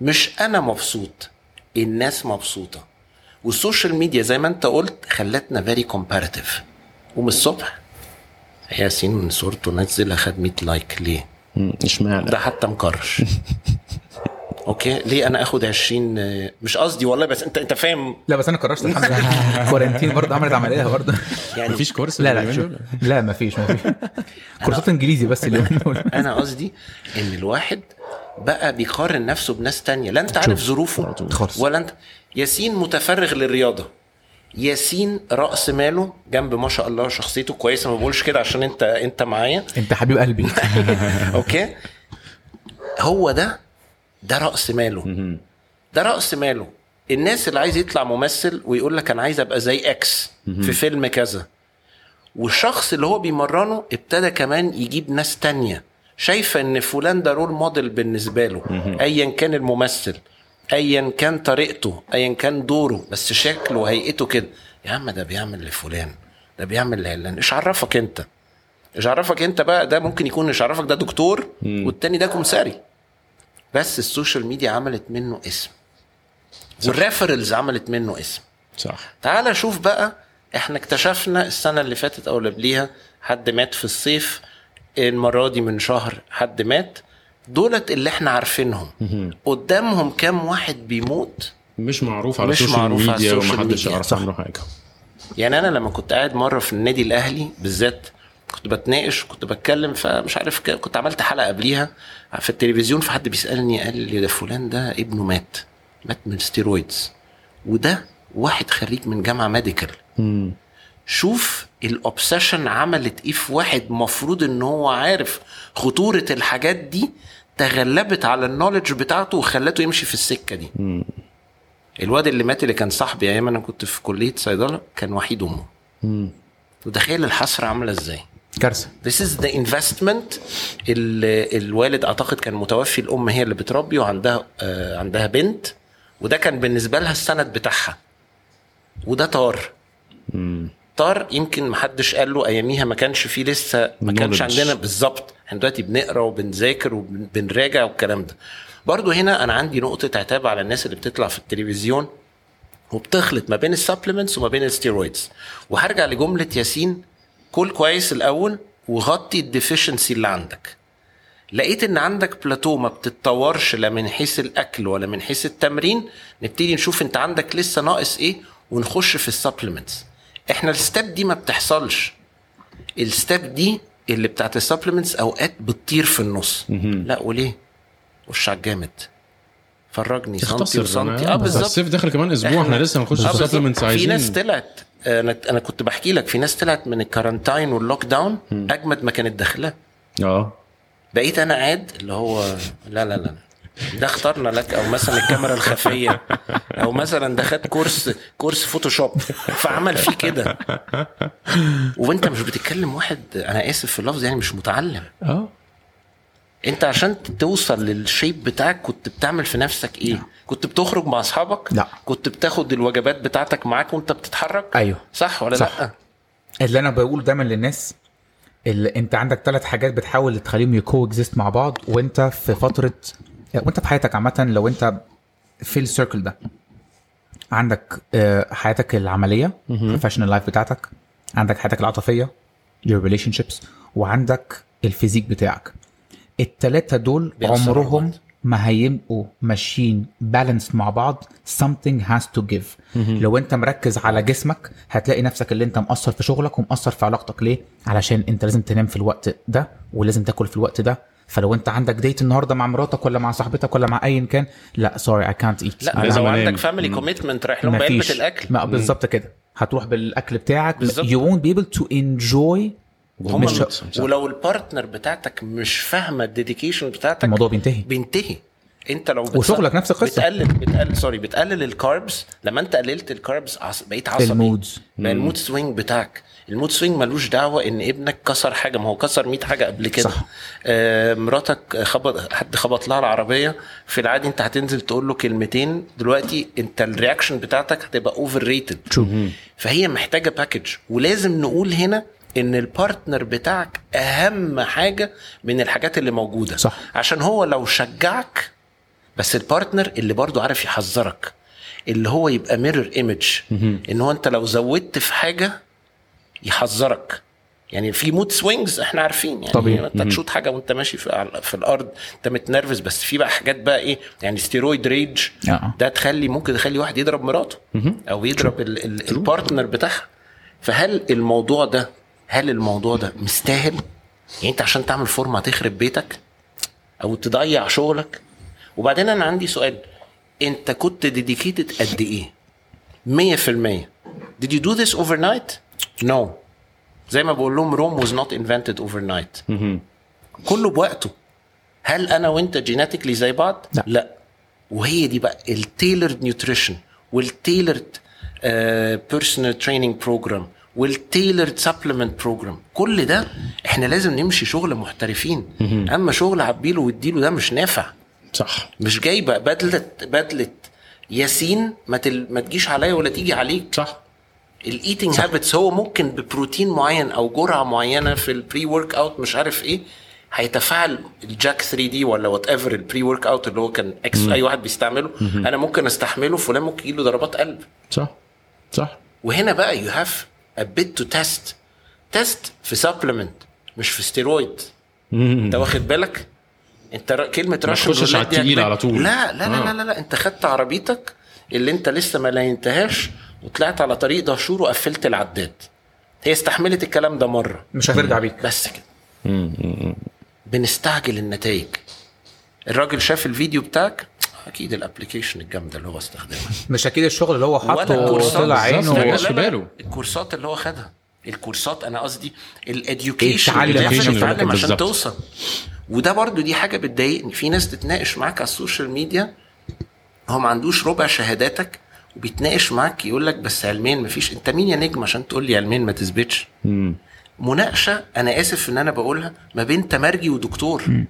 [SPEAKER 1] مش انا مبسوط الناس مبسوطه والسوشيال ميديا زي ما انت قلت خلتنا فيري كومباريتيف ومن الصبح ياسين من صورته نزلها خد 100 لايك ليه؟
[SPEAKER 2] مم. اشمعنى
[SPEAKER 1] ده حتى مكرش اوكي ليه انا اخد 20 آه، مش قصدي والله بس انت انت فاهم
[SPEAKER 3] لا بس انا كرشت الحمد لله كورنتين برضه عملت عمليه برضه
[SPEAKER 1] يعني
[SPEAKER 2] مفيش كورس
[SPEAKER 3] لا لا
[SPEAKER 2] اليومين
[SPEAKER 3] شوف
[SPEAKER 2] دول؟
[SPEAKER 3] لا مفيش مفيش كورسات انجليزي بس اليومين دول
[SPEAKER 1] انا قصدي ان الواحد بقى بيقارن نفسه بناس تانية لا انت عارف ظروفه
[SPEAKER 3] خالص.
[SPEAKER 1] ولا انت ياسين متفرغ للرياضه ياسين راس ماله جنب ما شاء الله شخصيته كويسه ما بقولش كده عشان انت انت معايا
[SPEAKER 3] انت حبيب قلبي
[SPEAKER 1] اوكي هو ده ده راس ماله ده راس ماله الناس اللي عايز يطلع ممثل ويقول لك انا عايز ابقى زي اكس في فيلم كذا والشخص اللي هو بيمرنه ابتدى كمان يجيب ناس تانية شايفة ان فلان ده رول موديل بالنسبة له ايا كان الممثل ايا كان طريقته ايا كان دوره بس شكله وهيئته كده يا عم ده بيعمل لفلان ده بيعمل لعلان ايش عرفك انت ايش عرفك انت بقى ده ممكن يكون ايش عرفك ده دكتور والتاني ده كمساري بس السوشيال ميديا عملت منه اسم والريفرلز عملت منه اسم
[SPEAKER 2] صح
[SPEAKER 1] تعال شوف بقى احنا اكتشفنا السنه اللي فاتت او اللي قبليها حد مات في الصيف المره دي من شهر حد مات دولت اللي احنا عارفينهم قدامهم كام واحد بيموت
[SPEAKER 2] مش معروف على
[SPEAKER 1] مش
[SPEAKER 2] السوشيال
[SPEAKER 1] معروف على
[SPEAKER 2] ميديا
[SPEAKER 1] السوشيال
[SPEAKER 2] ومحدش
[SPEAKER 1] ميديا.
[SPEAKER 2] يعرف
[SPEAKER 1] صح.
[SPEAKER 2] عنه حاجه
[SPEAKER 1] يعني انا لما كنت قاعد مره في النادي الاهلي بالذات كنت بتناقش كنت بتكلم فمش عارف ك- كنت عملت حلقه قبليها في التلفزيون فحد بيسالني قال لي ده فلان ده ابنه مات مات من ستيرويدز وده واحد خريج من جامعه ميديكال شوف الاوبسيشن عملت ايه في واحد مفروض ان هو عارف خطوره الحاجات دي تغلبت على النولج بتاعته وخلته يمشي في السكه دي الواد اللي مات اللي كان صاحبي ايام انا كنت في كليه صيدله كان وحيد امه وتخيل الحسره عامله ازاي
[SPEAKER 3] كارثه
[SPEAKER 1] This is the investment ال- الوالد اعتقد كان متوفي الام هي اللي بتربي وعندها آه عندها بنت وده كان بالنسبه لها السند بتاعها وده طار طار يمكن محدش قال له اياميها ما كانش فيه لسه ما كانش
[SPEAKER 2] Knowledge.
[SPEAKER 1] عندنا بالظبط احنا دلوقتي بنقرا وبنذاكر وبنراجع والكلام ده برضو هنا انا عندي نقطه عتاب على الناس اللي بتطلع في التلفزيون وبتخلط ما بين السبلمنتس وما بين الستيرويدز وهرجع لجمله ياسين كل كويس الاول وغطي الديفيشنسي اللي عندك لقيت ان عندك بلاتو ما بتتطورش لا من حيث الاكل ولا من حيث التمرين نبتدي نشوف انت عندك لسه ناقص ايه ونخش في السبلمنتس احنا الستاب دي ما بتحصلش الستاب دي اللي بتاعت السبلمنتس اوقات بتطير في النص لا وليه وش على الجامد فرجني سنتي
[SPEAKER 2] تختصر
[SPEAKER 1] وسنتي اه بالظبط
[SPEAKER 2] الصيف داخل كمان اسبوع احنا لسه هنخش
[SPEAKER 1] آه، بالظبط.
[SPEAKER 2] سبلمنتس
[SPEAKER 1] في
[SPEAKER 2] عايزين
[SPEAKER 1] ناس طلعت انا انا كنت بحكي لك في ناس طلعت من الكارنتاين واللوك داون اجمد ما كانت داخلها
[SPEAKER 2] اه
[SPEAKER 1] بقيت انا قاعد اللي هو لا لا لا ده اخترنا لك او مثلا الكاميرا الخفيه او مثلا ده خد كورس كورس فوتوشوب فعمل فيه كده وانت مش بتتكلم واحد انا اسف في اللفظ يعني مش متعلم
[SPEAKER 2] اه
[SPEAKER 1] انت عشان توصل للشيب بتاعك كنت بتعمل في نفسك ايه؟
[SPEAKER 3] نعم.
[SPEAKER 1] كنت بتخرج مع اصحابك؟
[SPEAKER 3] لا.
[SPEAKER 1] كنت بتاخد الوجبات بتاعتك معاك وانت بتتحرك؟
[SPEAKER 3] أيوه.
[SPEAKER 1] صح ولا
[SPEAKER 3] صح.
[SPEAKER 1] لا؟
[SPEAKER 3] اللي انا بقوله دايما للناس اللي انت عندك ثلاث حاجات بتحاول تخليهم يكو اكزيست مع بعض وانت في فتره وانت في حياتك عامه لو انت في السيركل ده عندك آه، حياتك العمليه البروفيشنال لايف بتاعتك عندك حياتك العاطفيه your relationships وعندك الفيزيك بتاعك التلاتة دول
[SPEAKER 1] بيأثروا على
[SPEAKER 3] عمرهم
[SPEAKER 1] بعض.
[SPEAKER 3] ما هيبقوا ماشيين بالانس مع بعض something has to give لو انت مركز على جسمك هتلاقي نفسك اللي انت مقصر في شغلك ومقصر في علاقتك ليه علشان انت لازم تنام في الوقت ده ولازم تاكل في الوقت ده فلو انت عندك ديت النهارده مع مراتك ولا مع صاحبتك ولا مع ايا كان لا سوري اي كانت ايت
[SPEAKER 1] لا
[SPEAKER 2] لازم
[SPEAKER 1] لو
[SPEAKER 2] أنام.
[SPEAKER 1] عندك فاميلي كوميتمنت رايح لهم
[SPEAKER 3] مفيش.
[SPEAKER 1] بعلبه الاكل
[SPEAKER 3] ما بالظبط كده هتروح بالاكل بتاعك
[SPEAKER 1] بالظبط.
[SPEAKER 3] يو won't be able to enjoy
[SPEAKER 1] هم
[SPEAKER 3] مش-
[SPEAKER 1] مش ولو البارتنر بتاعتك مش فاهمه الديديكيشن بتاعتك
[SPEAKER 3] الموضوع بينتهي
[SPEAKER 1] بينتهي انت لو بتص-
[SPEAKER 3] وشغلك نفس القصة.
[SPEAKER 1] بتقلل بتقلل سوري بتقلل الكاربس لما انت قللت الكاربس عص... بقيت عصبي
[SPEAKER 3] المودز.
[SPEAKER 1] بقى المود سوينج بتاعك المود سوينج ملوش دعوه ان ابنك كسر حاجه ما هو كسر 100 حاجه قبل كده
[SPEAKER 3] صح.
[SPEAKER 1] آه مراتك خبط حد خبط لها العربيه في العادي انت هتنزل تقول له كلمتين دلوقتي انت الرياكشن بتاعتك هتبقى اوفر ريتد فهي محتاجه باكج ولازم نقول هنا ان البارتنر بتاعك اهم حاجه من الحاجات اللي موجوده
[SPEAKER 3] صح.
[SPEAKER 1] عشان هو لو شجعك بس البارتنر اللي برضو عارف يحذرك اللي هو يبقى ميرور ايمج ان هو انت لو زودت في حاجه يحذرك يعني في مود سوينجز احنا عارفين يعني
[SPEAKER 3] طبيعي.
[SPEAKER 1] انت تشوط حاجه وانت ماشي في, على- في الارض انت متنرفز بس في بقى حاجات بقى ايه يعني ستيرويد ريج
[SPEAKER 3] آه.
[SPEAKER 1] ده تخلي ممكن تخلي واحد يضرب مراته او يضرب ال- ال- البارتنر بتاعها فهل الموضوع ده هل الموضوع ده مستاهل؟ يعني انت عشان تعمل فورمه هتخرب بيتك او تضيع شغلك وبعدين انا عندي سؤال انت كنت ديديكيتد قد ايه 100% did you do this overnight no زي ما بقول لهم روم was not invented overnight كله بوقته هل انا وانت جيناتيكلي زي بعض
[SPEAKER 3] لا.
[SPEAKER 1] لا وهي دي بقى التيلرد نيوتريشن والتيلرد آه، بيرسونال تريننج بروجرام والتيلرد سبلمنت بروجرام كل ده احنا لازم نمشي شغل محترفين اما شغل عبيله واديله ده مش نافع
[SPEAKER 2] صح
[SPEAKER 1] مش جايبه بدله بدله ياسين ما, تل... ما تجيش عليا ولا تيجي عليك
[SPEAKER 2] صح
[SPEAKER 1] الايتنج هابتس هو ممكن ببروتين معين او جرعه معينه في البري ورك اوت مش عارف ايه هيتفاعل الجاك 3 دي ولا وات ايفر البري ورك اوت اللي هو كان اكس اي واحد بيستعمله انا ممكن استحمله فلان ممكن يجيله ضربات قلب
[SPEAKER 2] صح صح
[SPEAKER 1] وهنا بقى يو هاف ا بيت تو تيست تيست في سبلمنت مش في ستيرويد انت واخد بالك انت ر- كلمه رش
[SPEAKER 2] تخشش
[SPEAKER 1] الولاد
[SPEAKER 2] على
[SPEAKER 1] دي
[SPEAKER 2] التقيل
[SPEAKER 1] هتبان.
[SPEAKER 2] على طول.
[SPEAKER 1] لا لا لا,
[SPEAKER 2] آه.
[SPEAKER 1] لا لا لا انت خدت عربيتك اللي انت لسه ما لينتهاش وطلعت على طريق دهشور وقفلت العداد هي استحملت الكلام ده مره
[SPEAKER 3] مش هترجع بيك
[SPEAKER 1] بس كده بنستعجل النتائج الراجل شاف الفيديو بتاعك اكيد الابلكيشن الجامده اللي هو استخدمها
[SPEAKER 3] مش اكيد الشغل اللي هو
[SPEAKER 1] ولا
[SPEAKER 3] حاطه
[SPEAKER 1] كورسات
[SPEAKER 3] وطلع عينه
[SPEAKER 2] بالظبط.
[SPEAKER 1] لا، لا،
[SPEAKER 2] وما
[SPEAKER 3] و-
[SPEAKER 2] جاش في
[SPEAKER 1] لا،
[SPEAKER 2] باله.
[SPEAKER 1] الكورسات اللي هو خدها الكورسات انا قصدي الاديوكيشن
[SPEAKER 3] التعلم.
[SPEAKER 1] اللي لازم
[SPEAKER 2] التعلم
[SPEAKER 1] تتعلم عشان
[SPEAKER 2] بالظبط.
[SPEAKER 1] توصل وده برضو دي حاجه بتضايقني في ناس تتناقش معاك على السوشيال ميديا هو ما عندوش ربع شهاداتك وبيتناقش معاك يقول لك بس علمين مفيش انت مين يا نجم عشان تقول لي علمين ما تثبتش مناقشه انا اسف ان انا بقولها ما بين تمرجي ودكتور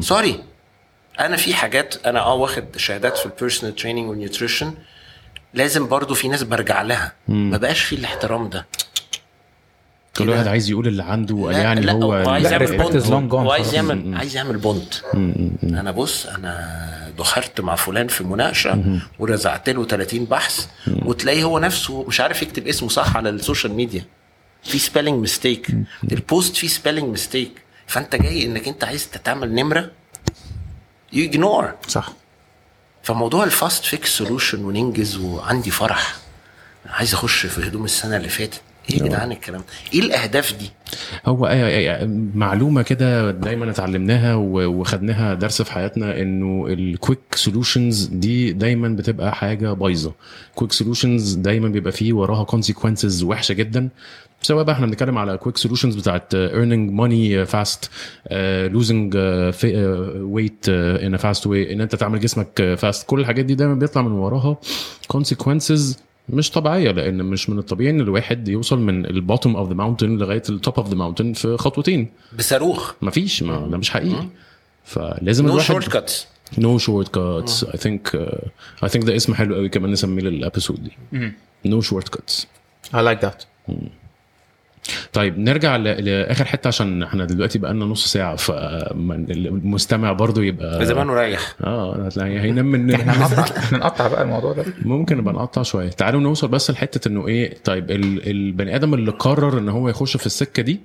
[SPEAKER 1] سوري انا في حاجات انا اه واخد شهادات في البيرسونال تريننج والنيوتريشن لازم برضو في ناس برجع لها ما بقاش في الاحترام ده
[SPEAKER 2] كل
[SPEAKER 1] كده.
[SPEAKER 2] واحد عايز يقول اللي عنده يعني
[SPEAKER 1] لا
[SPEAKER 2] هو
[SPEAKER 1] وعايز
[SPEAKER 3] لا،
[SPEAKER 1] يعمل
[SPEAKER 3] respect
[SPEAKER 1] بوند
[SPEAKER 3] is long gone
[SPEAKER 1] وعايز
[SPEAKER 3] خلاص.
[SPEAKER 1] يعمل عايز يعمل بوند انا بص انا دخرت مع فلان في مناقشه ورزعت له 30 بحث وتلاقيه هو نفسه مش عارف يكتب اسمه صح على السوشيال ميديا في سبيلنج ميستيك البوست فيه سبيلنج ميستيك فانت جاي انك انت عايز تتعمل نمره يو اجنور
[SPEAKER 3] صح
[SPEAKER 1] فموضوع الفاست فيكس سولوشن وننجز وعندي فرح عايز اخش في هدوم السنه اللي فاتت ايه يا جدعان الكلام ده؟ ايه الاهداف دي
[SPEAKER 2] هو آه، أي أي أي معلومه كده دايما اتعلمناها و- وخدناها درس في حياتنا انه الكويك سولوشنز دي دايما بتبقى حاجه بايظه كويك سولوشنز دايما بيبقى فيه وراها كونسيكونسز وحشه جدا سواء بقى احنا بنتكلم على كويك سولوشنز بتاعت earning money fast آه، losing آه، fi- آه، weight آه، in a fast way ان انت تعمل جسمك آه، fast كل الحاجات دي دايما بيطلع من وراها consequences مش طبيعيه لان مش من الطبيعي ان الواحد يوصل من البوتوم اوف ذا ماونتن لغايه التوب اوف ذا ماونتن في خطوتين
[SPEAKER 1] بصاروخ
[SPEAKER 2] مفيش ما ده مش حقيقي فلازم
[SPEAKER 1] نو
[SPEAKER 2] الواحد
[SPEAKER 1] شورت كاتس
[SPEAKER 2] نو شورت كاتس اي ثينك اي ثينك ده اسم حلو قوي كمان نسميه للابيسود دي نو شورت كاتس
[SPEAKER 3] I like that
[SPEAKER 2] طيب نرجع ل- لاخر حته عشان احنا دلوقتي بقى لنا نص ساعه فالمستمع برضو يبقى
[SPEAKER 1] زمان رايح
[SPEAKER 2] اه هتلاقي هينام مننا
[SPEAKER 3] احنا هنقطع احنا نقطع بقى الموضوع ده
[SPEAKER 2] ممكن نبقى نقطع شويه تعالوا نوصل بس لحته انه ايه طيب ال- البني ادم اللي قرر ان هو يخش في السكه دي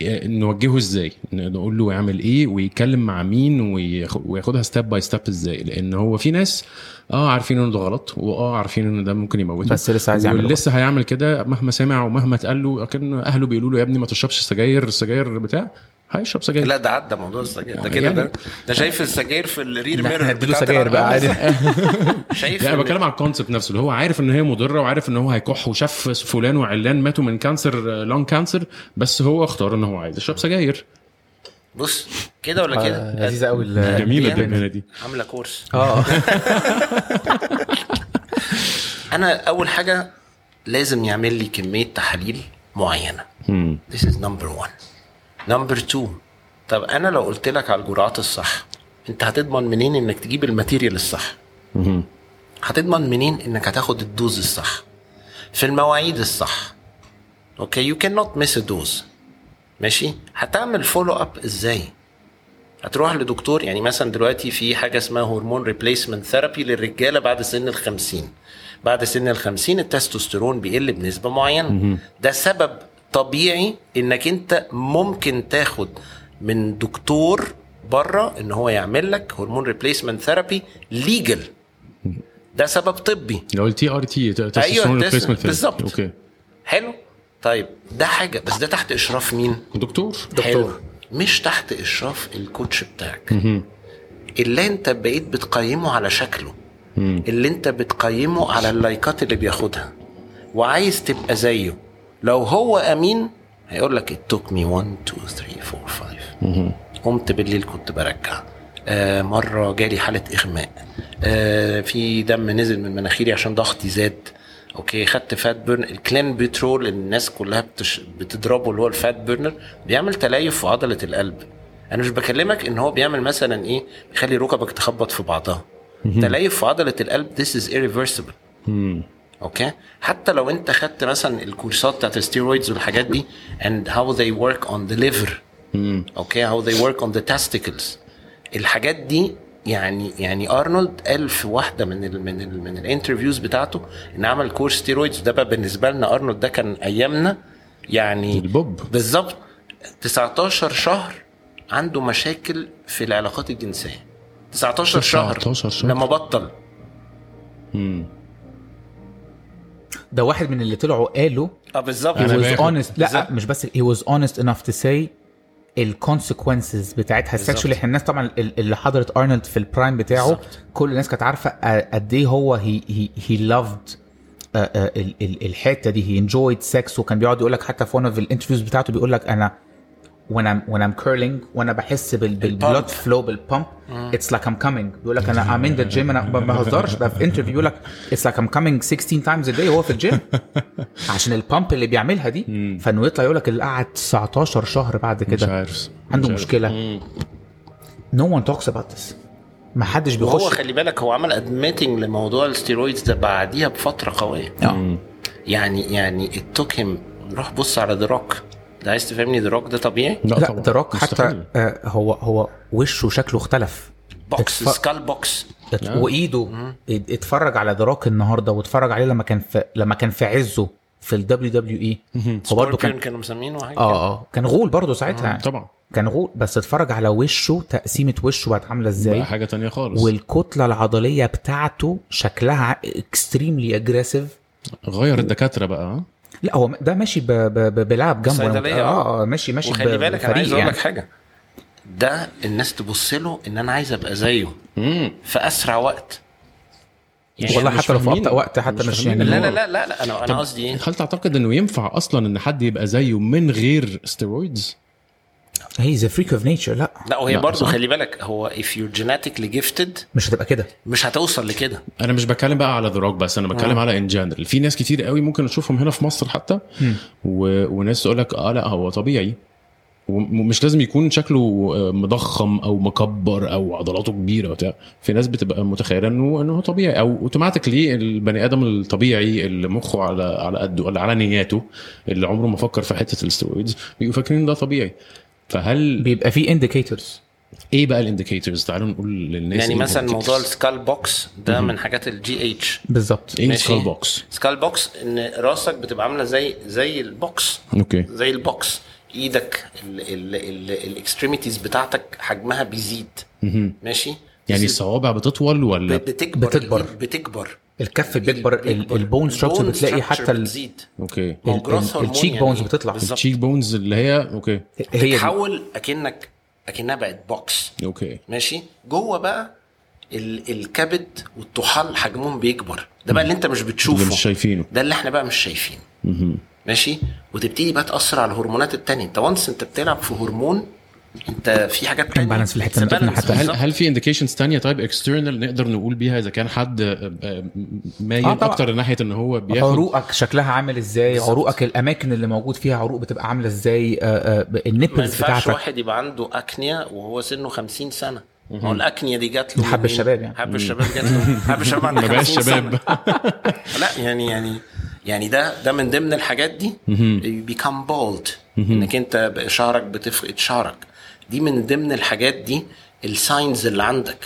[SPEAKER 2] إيه، نوجهه ازاي ن- نقول له يعمل ايه ويتكلم مع مين وياخ- وياخدها ستيب باي ستيب ازاي لان هو في ناس اه عارفين ان ده غلط واه عارفين ان ده ممكن يموته
[SPEAKER 3] بس لسه عايز يعمل
[SPEAKER 2] واللي لسه هيعمل كده مهما سمع ومهما اتقال له لكن اهله بيقولوا له يا ابني ما تشربش سجاير السجاير بتاع هيشرب سجاير
[SPEAKER 1] لا ده عدى موضوع السجاير ده
[SPEAKER 2] يعني-
[SPEAKER 1] كده ده- ده شايف السجاير في الريل ميرور
[SPEAKER 3] احنا هنديله
[SPEAKER 1] بتاعت
[SPEAKER 3] سجاير بقى
[SPEAKER 1] العربية.
[SPEAKER 3] عادي
[SPEAKER 1] شايف
[SPEAKER 2] لا انا
[SPEAKER 1] ال-
[SPEAKER 2] بتكلم على الكونسبت نفسه اللي هو عارف ان هي مضره وعارف ان هو هيكح وشاف فلان وعلان ماتوا من كانسر لونج كانسر بس هو اختار ان هو عايز يشرب سجاير
[SPEAKER 1] بص كده ولا
[SPEAKER 3] آه،
[SPEAKER 1] كده
[SPEAKER 3] لذيذه قوي
[SPEAKER 2] جميله
[SPEAKER 1] يعني-
[SPEAKER 2] الدبانه دي
[SPEAKER 1] عامله كورس
[SPEAKER 3] اه
[SPEAKER 1] انا اول حاجه لازم يعمل لي كميه تحاليل معينه
[SPEAKER 2] مم.
[SPEAKER 1] This is number one. Number two. طب انا لو قلت لك على الجرعات الصح انت هتضمن منين انك تجيب الماتيريال الصح؟
[SPEAKER 2] مم.
[SPEAKER 1] هتضمن منين انك هتاخد الدوز الصح؟ في المواعيد الصح. اوكي يو كان نوت ميس دوز. ماشي؟ هتعمل فولو اب ازاي؟ هتروح لدكتور يعني مثلا دلوقتي في حاجه اسمها هرمون ريبليسمنت ثيرابي للرجاله بعد سن ال 50 بعد سن ال 50 التستوستيرون بيقل بنسبه معينه ده سبب طبيعي انك انت ممكن تاخد من دكتور بره ان هو يعمل لك هرمون ريبليسمنت ثيرابي ليجل ده سبب طبي
[SPEAKER 2] لو التي ار تي
[SPEAKER 1] تس- بالظبط.
[SPEAKER 2] اوكي
[SPEAKER 1] حلو طيب ده حاجه بس ده تحت اشراف مين
[SPEAKER 2] دكتور
[SPEAKER 1] حلو مش تحت اشراف الكوتش بتاعك اللي انت بقيت بتقيمه على شكله اللي انت بتقيمه على اللايكات اللي بياخدها وعايز تبقى زيه لو هو امين هيقول لك it took me 1 2 3 4 5 قمت بالليل كنت برجع آه مره جالي حاله اغماء آه في دم نزل من مناخيري عشان ضغطي زاد اوكي خدت فات بيرن الكلين بترول الناس كلها بتش... بتضربه اللي هو الفات بيرنر بيعمل تليف في عضله القلب انا مش بكلمك ان هو بيعمل مثلا ايه بيخلي ركبك تخبط في بعضها تليف في عضله القلب this is irreversible اوكي حتى لو انت خدت مثلا الكورسات بتاعت الستيرويدز والحاجات دي and how they work on the liver اوكي how they work on the testicles الحاجات دي يعني يعني ارنولد قال في واحده من ال من ال من الانترفيوز بتاعته ان عمل كورس ستيرويدز ده بقى بالنسبه لنا ارنولد ده كان ايامنا يعني
[SPEAKER 2] البوب
[SPEAKER 1] بالظبط 19 شهر عنده مشاكل في العلاقات الجنسيه 19 شهر
[SPEAKER 2] 19 شهر.
[SPEAKER 1] لما بطل
[SPEAKER 2] مم.
[SPEAKER 3] ده واحد من اللي طلعوا قالوا
[SPEAKER 1] اه بالظبط
[SPEAKER 3] he
[SPEAKER 2] أنا
[SPEAKER 3] was
[SPEAKER 2] باخد.
[SPEAKER 3] honest لا مش بس he was honest enough to say الكونسيكونسز بتاعتها السكشوال احنا الناس طبعا ال- اللي حضرت ارنولد في البرايم بتاعه
[SPEAKER 1] بالظبط.
[SPEAKER 3] كل الناس كانت عارفه أ- قد ايه هو هي هي هي لافد الحته دي هي انجويد سكس وكان بيقعد يقول لك حتى في ون اوف الانترفيوز بتاعته بيقول لك انا وانا وانا ام كيرلينج وانا بحس بال بالبلود فلو بالبامب اتس لايك ام كامينج بيقول لك انا ام ان ذا جيم انا ما بهزرش ده في انترفيو يقول لك اتس لايك ام كامينج 16 تايمز ا داي وهو في الجيم عشان البامب اللي بيعملها دي فانه يطلع يقول لك اللي قعد 19 شهر بعد
[SPEAKER 2] مش
[SPEAKER 3] كده
[SPEAKER 2] عارف
[SPEAKER 3] إيه عنده
[SPEAKER 2] مش عارف.
[SPEAKER 3] مشكله نو ون توكس اباوت ذس ما حدش
[SPEAKER 1] وهو
[SPEAKER 3] بيخش
[SPEAKER 1] خلي بالك هو عمل ادميتنج لموضوع الستيرويدز ده بعديها بفتره قويه
[SPEAKER 3] آه.
[SPEAKER 1] يعني يعني it took him روح بص على ذا روك ده عايز تفهمني ذا روك ده طبيعي
[SPEAKER 3] لا
[SPEAKER 2] طبعاً.
[SPEAKER 3] ذا روك حتى
[SPEAKER 2] مستحيل.
[SPEAKER 3] آه، هو هو وشه شكله اختلف
[SPEAKER 1] بوكس
[SPEAKER 3] اتف-
[SPEAKER 1] سكال بوكس
[SPEAKER 3] ات- وايده ات- اتفرج على ذا روك النهارده واتفرج عليه لما كان في لما كان في عزه في الدبليو دبليو اي E. هو برضه
[SPEAKER 1] سكوربيون
[SPEAKER 3] كان
[SPEAKER 1] كانوا مسمينه حاجه
[SPEAKER 3] اه اه كان غول برضه ساعتها
[SPEAKER 2] طبعا
[SPEAKER 3] كان غول بس اتفرج على وشه تقسيمه وشه بقت عامله ازاي
[SPEAKER 2] بقى حاجه تانية خالص
[SPEAKER 3] والكتله العضليه بتاعته شكلها اكستريملي اجريسيف
[SPEAKER 2] غير الدكاتره بقى ها؟
[SPEAKER 3] لا هو ده ماشي ب- ب- ب- بلعب جنبه أنا مت-
[SPEAKER 1] صيدلية،
[SPEAKER 3] اه اه ماشي ماشي
[SPEAKER 1] وخلي
[SPEAKER 3] ب-
[SPEAKER 1] بالك انا
[SPEAKER 3] بفريق
[SPEAKER 1] عايز اقول
[SPEAKER 3] يعني.
[SPEAKER 1] لك حاجه ده الناس تبص له ان انا عايز ابقى زيه في اسرع وقت
[SPEAKER 2] يعني
[SPEAKER 3] والله
[SPEAKER 2] مش
[SPEAKER 3] حتى لو في
[SPEAKER 2] فاهمين-
[SPEAKER 3] أبطأ وقت حتى مش
[SPEAKER 2] فاهمين
[SPEAKER 3] يعني
[SPEAKER 1] لا
[SPEAKER 2] اللي
[SPEAKER 1] لا
[SPEAKER 2] هو-
[SPEAKER 1] لا لا, لا انا انا قصدي ايه
[SPEAKER 2] هل تعتقد انه ينفع اصلا ان حد يبقى زيه من غير ستيرويدز؟
[SPEAKER 3] هي ذا فريك اوف نيتشر لا
[SPEAKER 1] لا وهي
[SPEAKER 2] لا،
[SPEAKER 1] برضه
[SPEAKER 2] صح.
[SPEAKER 1] خلي بالك هو if you're genetically gifted
[SPEAKER 3] مش هتبقى كده
[SPEAKER 1] مش هتوصل لكده
[SPEAKER 2] انا مش بتكلم بقى على ذراك بس انا بتكلم على ان جنرال في ناس كتير قوي ممكن نشوفهم هنا في مصر حتى و... وناس تقول لك اه لا هو آه، طبيعي ومش لازم يكون شكله آه، مضخم او مكبر او عضلاته كبيره وبتاع في ناس بتبقى متخيله انه انه هو طبيعي او اوتوماتيكلي البني ادم الطبيعي اللي مخه على على قده اللي على نياته اللي عمره ما فكر في حته الاسترويدز بيبقوا فاكرين ده طبيعي فهل
[SPEAKER 3] بيبقى فيه انديكيتورز
[SPEAKER 2] ايه بقى الانديكيتورز تعالوا نقول للناس
[SPEAKER 1] يعني
[SPEAKER 2] إيه
[SPEAKER 1] مثلا
[SPEAKER 2] الindicators.
[SPEAKER 1] موضوع السكال بوكس ده من حاجات الجي اتش
[SPEAKER 3] بالظبط
[SPEAKER 2] ايه
[SPEAKER 1] ماشي.
[SPEAKER 2] السكال بوكس
[SPEAKER 1] سكال بوكس ان راسك بتبقى عامله زي زي البوكس
[SPEAKER 2] اوكي
[SPEAKER 1] زي البوكس ايدك الاكستريميتيز بتاعتك حجمها بيزيد ماشي
[SPEAKER 2] يعني
[SPEAKER 1] بيزيد.
[SPEAKER 2] الصوابع بتطول ولا
[SPEAKER 1] بت- بتكبر
[SPEAKER 3] بتكبر.
[SPEAKER 1] الإيد بتكبر
[SPEAKER 3] الكف بيكبر ال- البون ستراكشر
[SPEAKER 1] البون
[SPEAKER 3] بتلاقي
[SPEAKER 1] structure
[SPEAKER 3] حتى ال-
[SPEAKER 1] بتزيد
[SPEAKER 2] اوكي
[SPEAKER 1] ما هو
[SPEAKER 3] ال-
[SPEAKER 1] growth
[SPEAKER 3] ال-
[SPEAKER 1] hormone
[SPEAKER 3] الcheek
[SPEAKER 1] يعني
[SPEAKER 3] bones
[SPEAKER 1] إيه؟
[SPEAKER 3] بتطلع.
[SPEAKER 1] بالظبط
[SPEAKER 2] التشيك بونز اللي هي اوكي
[SPEAKER 3] هي دي.
[SPEAKER 1] تحول اكنك اكنها بقت بوكس
[SPEAKER 2] اوكي
[SPEAKER 1] ماشي جوه بقى ال- الكبد والطحال حجمهم بيكبر ده بقى اللي انت مش بتشوفه
[SPEAKER 2] اللي مش شايفينه.
[SPEAKER 1] ده اللي احنا بقى مش شايفينه ماشي وتبتدي بقى تاثر على الهرمونات التانية انت وانس انت بتلعب في هرمون انت في حاجات تانية
[SPEAKER 3] بالانس في الحتة اللي بتاعتنا
[SPEAKER 1] بالانس
[SPEAKER 3] حتى.
[SPEAKER 2] هل
[SPEAKER 1] بالظبط.
[SPEAKER 2] هل في انديكيشنز تانية طيب اكسترنال نقدر نقول بيها اذا كان حد آه، آه، مايل
[SPEAKER 3] آه، طبعا.
[SPEAKER 2] اكتر ناحيه ان هو بياخد
[SPEAKER 3] عروقك شكلها عامل ازاي عروقك الاماكن اللي موجود فيها عروق بتبقى عامله ازاي آه، آه،
[SPEAKER 1] ما
[SPEAKER 3] النبلز
[SPEAKER 1] ينفعش
[SPEAKER 3] بتاعتك
[SPEAKER 1] واحد يبقى عنده اكنيا وهو سنه 50 سنه ما هو الاكنيا دي جات له
[SPEAKER 3] حب
[SPEAKER 1] منين؟
[SPEAKER 3] الشباب يعني.
[SPEAKER 1] حب الشباب جات له حب الشباب عند
[SPEAKER 2] ما بقاش
[SPEAKER 1] 50 سنة.
[SPEAKER 2] شباب.
[SPEAKER 1] لا يعني يعني يعني ده ده من ضمن الحاجات دي بيكام بولد انك انت بقى شعرك بتفقد شعرك دي من ضمن الحاجات دي الساينز اللي عندك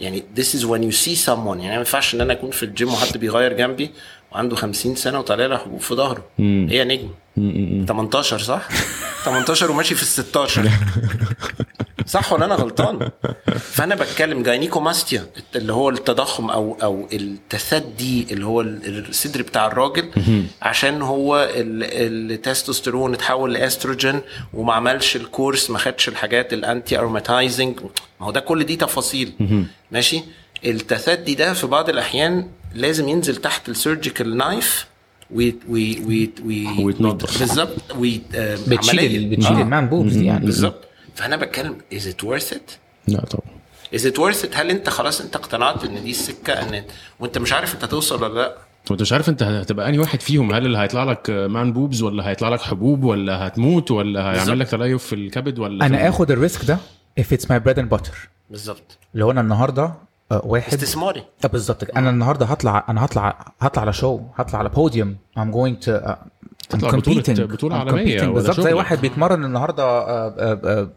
[SPEAKER 1] يعني this is when you see someone يعني ما ينفعش ان انا اكون في الجيم وحد بيغير جنبي وعنده 50 سنه وطالع له حبوب في ظهره ايه يا نجم 18 صح 18 وماشي في ال 16 صح ولا انا غلطان فانا بتكلم جاينيكوماستيا اللي هو التضخم او او التثدي اللي هو ال- الصدر بتاع الراجل عشان هو ال- التستوستيرون اتحول لاستروجين وما عملش الكورس ما خدش الحاجات الانتي اروماتايزنج ما هو ده كل دي تفاصيل ماشي التثدي ده في بعض الاحيان لازم ينزل تحت السيرجيكال نايف وي وي وي وي
[SPEAKER 2] ويتنضف.
[SPEAKER 1] بالظبط وي آه،
[SPEAKER 3] بتشيل ال-
[SPEAKER 1] عملية.
[SPEAKER 3] بتشيل
[SPEAKER 1] آه.
[SPEAKER 3] المان بوبز دي يعني
[SPEAKER 1] بالظبط فانا بتكلم از ات worth it
[SPEAKER 2] لا طبعا
[SPEAKER 1] از ات worth it هل انت خلاص انت اقتنعت ان دي السكه ان وانت مش عارف انت هتوصل ولا لا
[SPEAKER 2] وانت مش عارف انت هتبقى انهي واحد فيهم هل اللي هيطلع لك مان بوبز ولا هيطلع لك حبوب ولا هتموت ولا هيعمل
[SPEAKER 1] بالظبط.
[SPEAKER 2] لك تليف في الكبد ولا في-
[SPEAKER 3] انا اخد الريسك ده if it's my bread and butter
[SPEAKER 1] بالظبط
[SPEAKER 3] لو انا النهارده آه، واحد
[SPEAKER 1] استثماري
[SPEAKER 3] آه، بالظبط كده. انا النهارده هطلع انا هطلع هطلع على شو هطلع على بوديوم I'm going to uh, I'm
[SPEAKER 2] تطلع بطولة-
[SPEAKER 3] competing.
[SPEAKER 2] بطولة
[SPEAKER 3] I'm
[SPEAKER 2] عالمية
[SPEAKER 3] competing.
[SPEAKER 2] ولا
[SPEAKER 3] بالظبط زي
[SPEAKER 2] شغل.
[SPEAKER 3] واحد بيتمرن النهارده آه، آه، آه،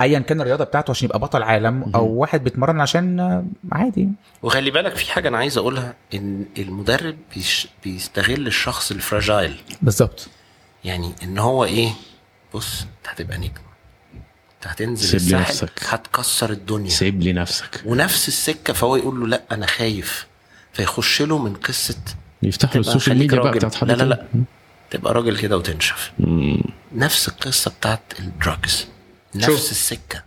[SPEAKER 3] ايا كان الرياضه بتاعته عشان يبقى بطل عالم او واحد بيتمرن عشان آه، عادي
[SPEAKER 1] وخلي بالك في حاجه انا عايز اقولها ان المدرب بيش بيستغل الشخص الفراجايل
[SPEAKER 3] بالظبط
[SPEAKER 1] يعني ان هو ايه بص انت هتبقى نجم انت هتنزل
[SPEAKER 2] سيب لي
[SPEAKER 1] الساحل
[SPEAKER 2] نفسك.
[SPEAKER 1] هتكسر الدنيا
[SPEAKER 2] سيب لي نفسك
[SPEAKER 1] ونفس السكه فهو يقول له لا انا خايف فيخش له من قصه
[SPEAKER 2] يفتح له
[SPEAKER 1] تبقى
[SPEAKER 2] السوشيال
[SPEAKER 1] خليك
[SPEAKER 2] ميديا بقى
[SPEAKER 1] راجل.
[SPEAKER 2] بتاعت حد
[SPEAKER 1] لا لا لا
[SPEAKER 2] تاني.
[SPEAKER 1] تبقى راجل كده وتنشف نفس القصه بتاعت الدراجز نفس
[SPEAKER 3] شو.
[SPEAKER 1] السكه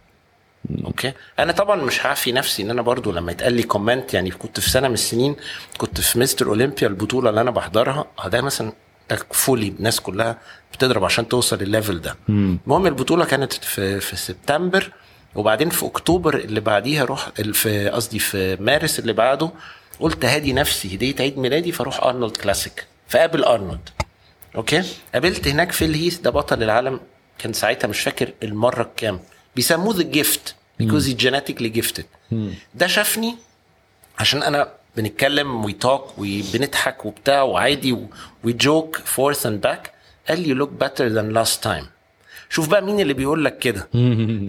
[SPEAKER 1] اوكي انا طبعا مش هعفي نفسي ان انا برضو لما يتقال لي كومنت يعني كنت في سنه من السنين كنت في مستر اولمبيا البطوله اللي انا بحضرها آه ده مثلا ده فولي الناس كلها بتضرب عشان توصل الليفل ده المهم البطوله كانت في في سبتمبر وبعدين في اكتوبر اللي بعديها روح ال- في قصدي في مارس اللي بعده قلت هادي نفسي هديه عيد ميلادي فاروح ارنولد كلاسيك فقابل ارنولد اوكي قابلت هناك في الهيث ده بطل العالم كان ساعتها مش فاكر المره الكام بيسموه ذا جيفت بيكوز جيناتيكلي جيفتد ده شافني عشان انا بنتكلم ويتاك وبنضحك وبتاع وعادي وجوك فورث اند باك قال لي لوك better than لاست تايم شوف بقى مين اللي بيقول لك كده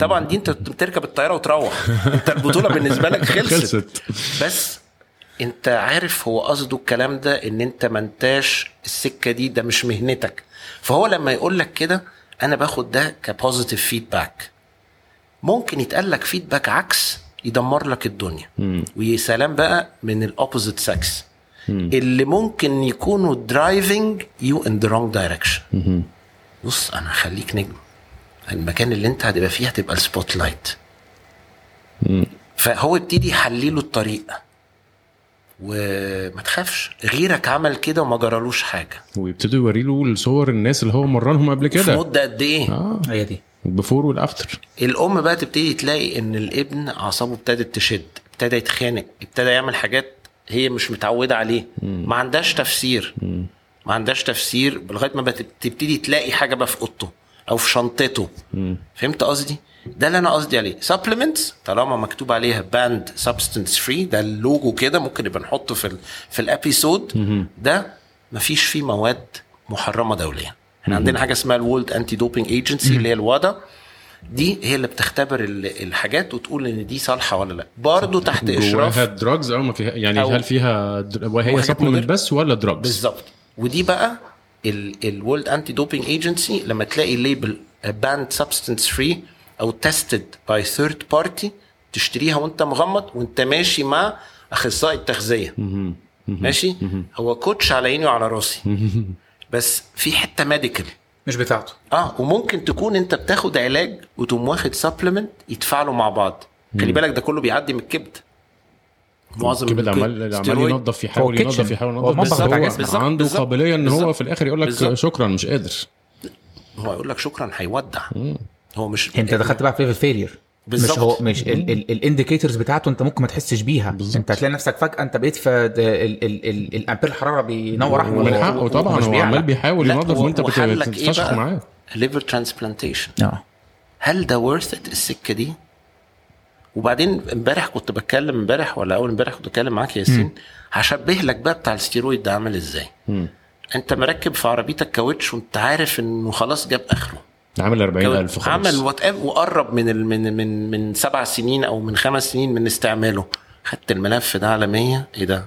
[SPEAKER 1] طبعا دي انت بتركب الطياره وتروح انت البطوله بالنسبه لك
[SPEAKER 2] خلصت.
[SPEAKER 1] خلصت بس انت عارف هو قصده الكلام ده ان انت ما انتاش السكه دي ده مش مهنتك فهو لما يقول لك كده انا باخد ده كبوزيتيف فيدباك ممكن يتقال لك فيدباك عكس يدمر لك الدنيا ويا سلام بقى من الاوبوزيت سكس اللي ممكن يكونوا درايفنج يو ان ذا رونج دايركشن بص انا هخليك نجم المكان اللي انت هتبقى فيه هتبقى السبوت لايت فهو ابتدي يحلله الطريق وما تخافش غيرك عمل كده وما جرالوش حاجه
[SPEAKER 2] ويبتدوا يوري له الصور الناس اللي هو مرنهم قبل
[SPEAKER 1] في
[SPEAKER 2] كده
[SPEAKER 1] مده قد ايه
[SPEAKER 2] اه
[SPEAKER 3] هي دي
[SPEAKER 2] البيفور والافتر
[SPEAKER 1] الام بقى تبتدي تلاقي ان الابن اعصابه ابتدت تشد ابتدى يتخانق ابتدى يعمل حاجات هي مش متعوده عليه ما عندهاش تفسير ما عندهاش تفسير لغايه ما بت- تبتدي تلاقي حاجه بقى في اوضته او في شنطته فهمت قصدي ده اللي انا قصدي عليه سبلمنتس طالما مكتوب عليها باند سبستنس فري ده اللوجو كده ممكن يبقى نحطه في ال في الابيسود ده مفيش فيه مواد محرمه دوليا احنا عندنا حاجه اسمها الولد انتي دوبينج ايجنسي اللي هي الوادا دي هي اللي بتختبر ال- الحاجات وتقول ان دي صالحه ولا لا برضه تحت اشراف
[SPEAKER 2] جواها دراجز او ما فيها يعني
[SPEAKER 1] أو-
[SPEAKER 2] هل فيها در... وهي
[SPEAKER 1] وحاجات
[SPEAKER 2] سبلمنت
[SPEAKER 1] مودر-
[SPEAKER 2] بس ولا دراجز
[SPEAKER 1] بالظبط ودي بقى الورلد انتي دوبينج ايجنسي لما تلاقي ليبل باند سبستنس فري او تيستد باي ثيرد بارتي تشتريها وانت مغمض وانت ماشي مع اخصائي التغذيه ماشي هو كوتش على عيني وعلى راسي بس في حته ميديكال
[SPEAKER 3] مش بتاعته
[SPEAKER 1] اه وممكن تكون انت بتاخد علاج وتقوم واخد سبلمنت يتفاعلوا مع بعض خلي بالك ده كله بيعدي من الكبد معظم
[SPEAKER 2] الكبد عمال
[SPEAKER 1] الكبد-
[SPEAKER 2] عمال
[SPEAKER 1] steroid.
[SPEAKER 2] ينظف يحاول
[SPEAKER 3] kitchen.
[SPEAKER 2] ينظف يحاول
[SPEAKER 3] هو
[SPEAKER 2] ينظف بس
[SPEAKER 3] مطبخ
[SPEAKER 1] بتاع
[SPEAKER 2] هو
[SPEAKER 1] جسمك.
[SPEAKER 2] عنده
[SPEAKER 1] بالظبط.
[SPEAKER 2] قابليه ان هو
[SPEAKER 1] بالظبط.
[SPEAKER 2] في الاخر يقول لك
[SPEAKER 1] بالظبط.
[SPEAKER 2] شكرا مش قادر
[SPEAKER 1] هو يقول لك شكرا هيودع هو مش
[SPEAKER 3] يعني انت دخلت بقى في الفيلير مش
[SPEAKER 1] بالظبط.
[SPEAKER 3] هو مش الانديكيتورز بتاعته انت ممكن ما تحسش بيها بالزبط. انت هتلاقي نفسك فجاه انت بقيت في د- ال- ال- ال- الامبير الحراره بينور احمر
[SPEAKER 2] ومن حقه طبعا
[SPEAKER 3] ومش
[SPEAKER 2] هو
[SPEAKER 3] بيعلى.
[SPEAKER 2] عمال بيحاول
[SPEAKER 1] لا،
[SPEAKER 2] ينظف
[SPEAKER 1] و-
[SPEAKER 2] وانت بت-
[SPEAKER 1] وحلك إيه
[SPEAKER 2] بتتفشخ
[SPEAKER 1] بقى؟
[SPEAKER 2] معاه
[SPEAKER 1] ليفر ترانسبلانتيشن
[SPEAKER 3] اه
[SPEAKER 1] هل ده ورث ات السكه دي؟ وبعدين امبارح كنت بتكلم امبارح ولا اول امبارح كنت بتكلم معاك يا ياسين هشبه لك بقى بتاع الستيرويد ده عامل ازاي؟ انت مركب في عربيتك كاوتش وانت عارف انه خلاص جاب اخره
[SPEAKER 2] عامل 40000 خلاص
[SPEAKER 1] عمل وات وقرب من ال- من من من سبع سنين او من خمس سنين من استعماله خدت الملف ده على 100 ايه ده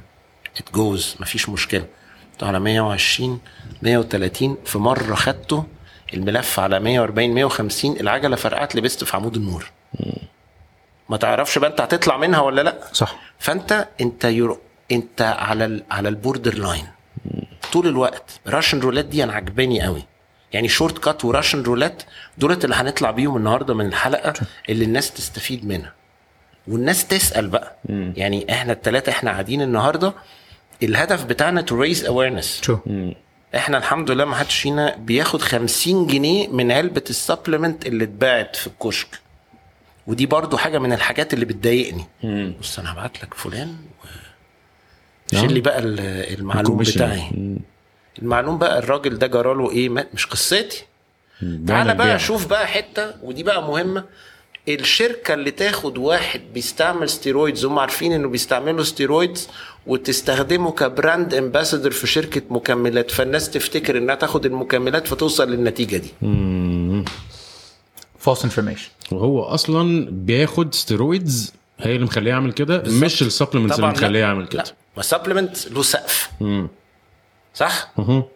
[SPEAKER 1] ات جوز مفيش مشكله خدته على 120 130 في مره خدته الملف على 140 150 العجله فرقعت لبست في عمود النور ما تعرفش بقى انت هتطلع منها ولا لا
[SPEAKER 3] صح
[SPEAKER 1] فانت انت يور انت على ال... على البوردر لاين طول الوقت راشن رولات دي انا عجباني قوي يعني شورت كات وراشن رولات دولت اللي هنطلع بيهم النهارده من الحلقه اللي الناس تستفيد منها والناس تسال بقى يعني احنا الثلاثه احنا قاعدين النهارده الهدف بتاعنا تو ريز اويرنس
[SPEAKER 3] شو
[SPEAKER 1] احنا الحمد لله ما حدش فينا بياخد 50 جنيه من علبه السبلمنت اللي اتباعت في الكشك ودي برضو حاجه من الحاجات اللي بتضايقني بص انا هبعت لك فلان و- شيل لي بقى ال- المعلوم
[SPEAKER 2] الكوميشن.
[SPEAKER 1] بتاعي المعلوم بقى الراجل ده جراله ايه مات مش قصتي تعالى بقى شوف بقى حته ودي بقى مهمه الشركه اللي تاخد واحد بيستعمل ستيرويدز هم عارفين انه بيستعملوا ستيرويدز وتستخدمه كبراند امباسادور في شركه مكملات فالناس تفتكر انها تاخد المكملات فتوصل للنتيجه دي
[SPEAKER 3] فولس انفورميشن
[SPEAKER 2] وهو اصلا بياخد ستيرويدز هي اللي مخليه يعمل كده مش السبلمنتس اللي
[SPEAKER 1] طبعا
[SPEAKER 2] مخليه
[SPEAKER 1] لا.
[SPEAKER 2] يعمل
[SPEAKER 1] لا
[SPEAKER 2] كده
[SPEAKER 1] ما سبلمنت له سقف صح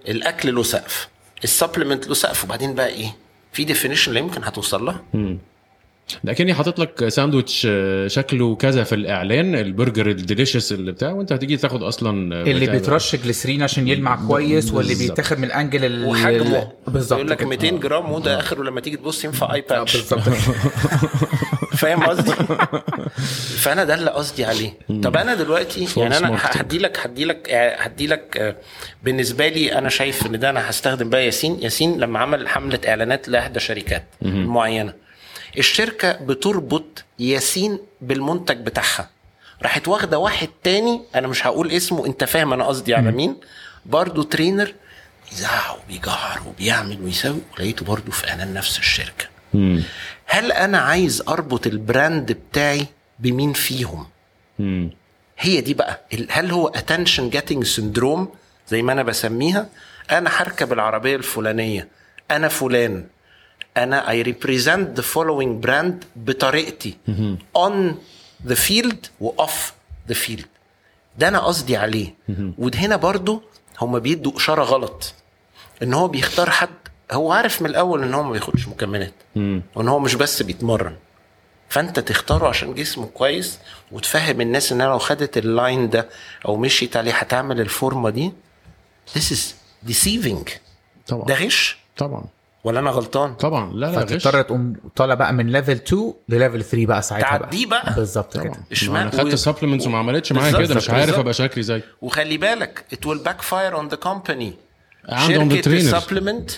[SPEAKER 1] الاكل له سقف السبلمنت له سقف وبعدين بقى ايه في ديفينيشن اللي يمكن هتوصل لها
[SPEAKER 2] ده كاني حاطط لك ساندوتش آه، شكله كذا في الاعلان البرجر الديليشس اللي بتاع وانت هتيجي تاخد اصلا آه،
[SPEAKER 3] اللي
[SPEAKER 2] بتاع-
[SPEAKER 3] بيترش جليسرين عشان يلمع كويس واللي
[SPEAKER 2] بالظبط.
[SPEAKER 3] بيتاخد من انجل ال-
[SPEAKER 1] وحجمه
[SPEAKER 3] ال- بالظبط
[SPEAKER 1] يقول لك
[SPEAKER 3] كده.
[SPEAKER 1] 200 جرام وده اخره لما تيجي تبص ينفع اي
[SPEAKER 3] آه،
[SPEAKER 1] باتش
[SPEAKER 3] بالظبط
[SPEAKER 1] فاهم قصدي؟ فانا ده اللي قصدي عليه طب انا دلوقتي يعني انا
[SPEAKER 2] marketing.
[SPEAKER 1] هدي لك هدي لك يعني هدي لك بالنسبه لي انا شايف ان ده انا هستخدم بقى ياسين ياسين لما عمل حمله اعلانات لاحدى شركات معينه الشركه بتربط ياسين بالمنتج بتاعها راحت واخده واحد تاني انا مش هقول اسمه انت فاهم انا قصدي على مين برضه ترينر يزعق وبيجعر وبيعمل ويساوي ولقيته برضه في اعلان نفس الشركه
[SPEAKER 2] مم.
[SPEAKER 1] هل انا عايز اربط البراند بتاعي بمين فيهم
[SPEAKER 2] مم.
[SPEAKER 1] هي دي بقى ال- هل هو اتنشن جيتنج سندروم زي ما انا بسميها انا هركب العربيه الفلانيه انا فلان انا اي ريبريزنت ذا فولوينج براند بطريقتي اون ذا فيلد واوف ذا فيلد ده انا قصدي عليه وهنا برضو هما بيدوا اشاره غلط ان هو بيختار حد هو عارف من الاول ان هو ما بياخدش مكملات وان هو مش بس بيتمرن فانت تختاره عشان جسمه كويس وتفهم الناس ان انا لو خدت اللاين ده او مشيت عليه هتعمل الفورمه دي this is deceiving
[SPEAKER 2] طبعا
[SPEAKER 1] ده غش
[SPEAKER 2] طبعا
[SPEAKER 1] ولا انا غلطان
[SPEAKER 2] طبعا لا لا غش
[SPEAKER 3] فتضطر تقوم طالع بقى من ليفل 2 لليفل 3 بقى ساعتها بقى
[SPEAKER 1] تعديه بقى.
[SPEAKER 3] بالظبط كده
[SPEAKER 2] طبعا
[SPEAKER 1] اشمعنى-
[SPEAKER 2] انا خدت
[SPEAKER 1] و-
[SPEAKER 2] سبلمنتس وما عملتش معايا
[SPEAKER 1] بالظبط،
[SPEAKER 2] كده مش عارف
[SPEAKER 1] بالظبط.
[SPEAKER 2] ابقى شكلي زي
[SPEAKER 1] وخلي بالك it will backfire on the company
[SPEAKER 2] عندهم
[SPEAKER 1] شركة
[SPEAKER 2] trainer.
[SPEAKER 1] السبلمنت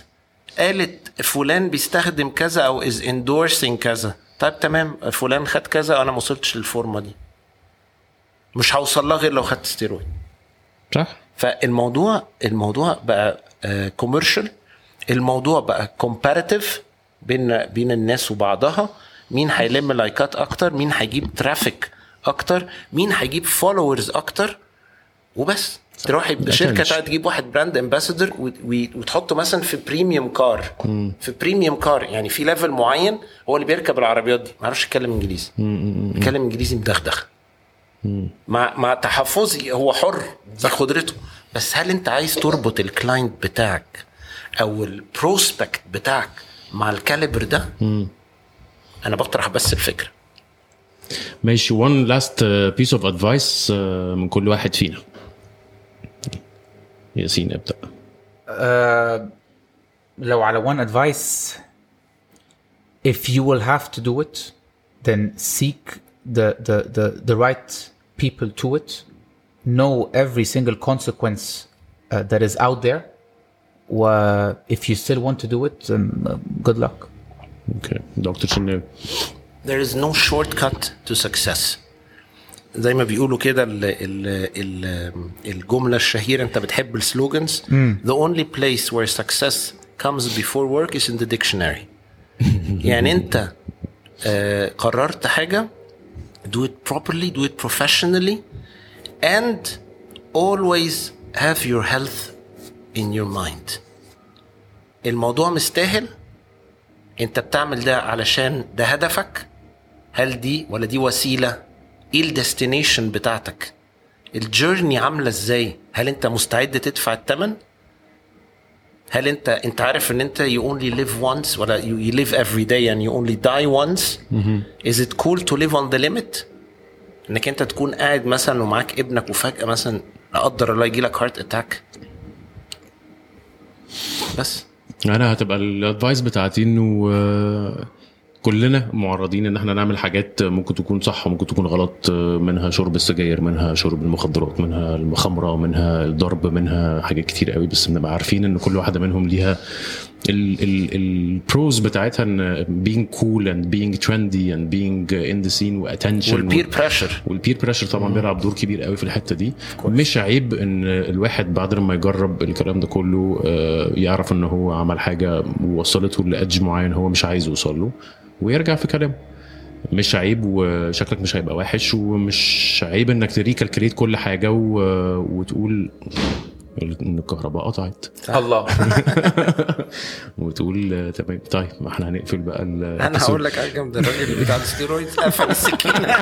[SPEAKER 1] قالت فلان بيستخدم كذا او is endorsing كذا طيب تمام فلان خد كذا انا ما وصلتش للفورمه دي مش هوصل لها غير لو خدت ستيرويد
[SPEAKER 2] صح
[SPEAKER 1] آه، فالموضوع الموضوع بقى كوميرشال الموضوع بقى كومباريتيف بين بين الناس وبعضها مين هيلم لايكات اكتر مين هيجيب ترافيك اكتر مين هيجيب فولورز اكتر وبس تروح شركه
[SPEAKER 2] challenge.
[SPEAKER 1] تقعد تجيب واحد براند امباسادور وتحطه مثلا في بريميوم كار في بريميوم كار يعني في ليفل معين هو اللي بيركب العربيات دي ما يعرفش يتكلم انجليزي يتكلم انجليزي مدخدخ مع مع تحفظي هو حر دي قدرته بس هل انت عايز تربط الكلاينت بتاعك او البروسبكت بتاعك مع الكاليبر ده انا بطرح بس الفكره
[SPEAKER 2] ماشي آه، وان لاست بيس اوف ادفايس آه، من كل واحد فينا ياسين ابدا
[SPEAKER 3] آه، لو على one advice if you will have to do it then seek the the the, the right people to it know every single consequence uh, that is out there و if you still want to do it then uh, good luck
[SPEAKER 2] اوكي دكتور شناوي
[SPEAKER 1] there is no shortcut to success زي ما بيقولوا كده ال ال ال الجمله الشهيره انت بتحب السلوجنز the only place where success comes before work is in the dictionary يعني انت آه، قررت حاجه do it properly do it professionally and always have your health in your mind الموضوع مستاهل انت بتعمل ده علشان ده هدفك هل دي ولا دي وسيله ايه الديستنيشن بتاعتك الجيرني عامله ازاي هل انت مستعد تدفع الثمن هل انت انت عارف ان انت you only live once ولا you, you live every day and you only die once is it cool to live on the limit انك انت تكون قاعد مثلا ومعاك ابنك وفجاه مثلا لا قدر الله يجي لك هارت اتاك بس
[SPEAKER 2] انا هتبقى الادفايس بتاعتي انه آه، كلنا معرضين ان احنا نعمل حاجات ممكن تكون صح وممكن تكون غلط آه، منها شرب السجاير منها شرب المخدرات منها المخمره منها الضرب منها حاجات كتير قوي بس بنبقى عارفين ان كل واحده منهم ليها البروز بتاعتها ان being cool and being trendy and being in the scene واتنشن
[SPEAKER 1] والبير بريشر
[SPEAKER 2] والبير بريشر طبعا بيلعب دور كبير قوي في الحته دي مش عيب ان الواحد بعد ما يجرب الكلام ده كله آه، يعرف ان هو عمل حاجه وصلته لادج معين هو مش عايز يوصل له ويرجع في كلامه مش عيب وشكلك مش هيبقى وحش ومش عيب انك تريكالكليت كل حاجه و... وتقول ان الكهرباء قطعت
[SPEAKER 3] الله
[SPEAKER 2] وتقول آه، تمام طيب ما احنا هنقفل بقى ال-
[SPEAKER 1] انا
[SPEAKER 2] episode.
[SPEAKER 1] هقول لك حاجه جامده الراجل بتاع الستيرويدز قفل السكينه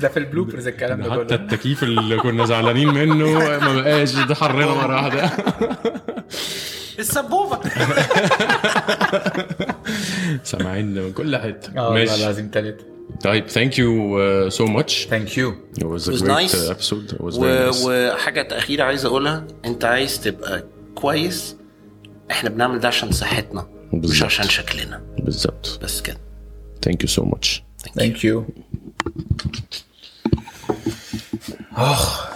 [SPEAKER 3] ده في البلوبرز الكلام ده
[SPEAKER 2] حتى
[SPEAKER 3] كله
[SPEAKER 2] التكييف اللي كنا زعلانين منه ما بقاش ده حرنا مره واحده
[SPEAKER 1] السبوبه
[SPEAKER 2] سامعين من كل حته
[SPEAKER 3] اه والله
[SPEAKER 2] ماشي
[SPEAKER 3] العظيم ثلاثة
[SPEAKER 2] طيب ثانك يو سو ماتش
[SPEAKER 3] ثانك يو
[SPEAKER 2] It was a
[SPEAKER 1] It was
[SPEAKER 2] great
[SPEAKER 1] nice.
[SPEAKER 2] uh, episode. It was very
[SPEAKER 1] و...
[SPEAKER 2] nice.
[SPEAKER 1] وحاجه اخيره عايز اقولها انت عايز تبقى كويس احنا بنعمل ده عشان صحتنا مش
[SPEAKER 2] بالظبط.
[SPEAKER 1] عشان شكلنا
[SPEAKER 2] بالظبط.
[SPEAKER 1] بس كده
[SPEAKER 2] Thank you so much.
[SPEAKER 3] ثانك يو اخ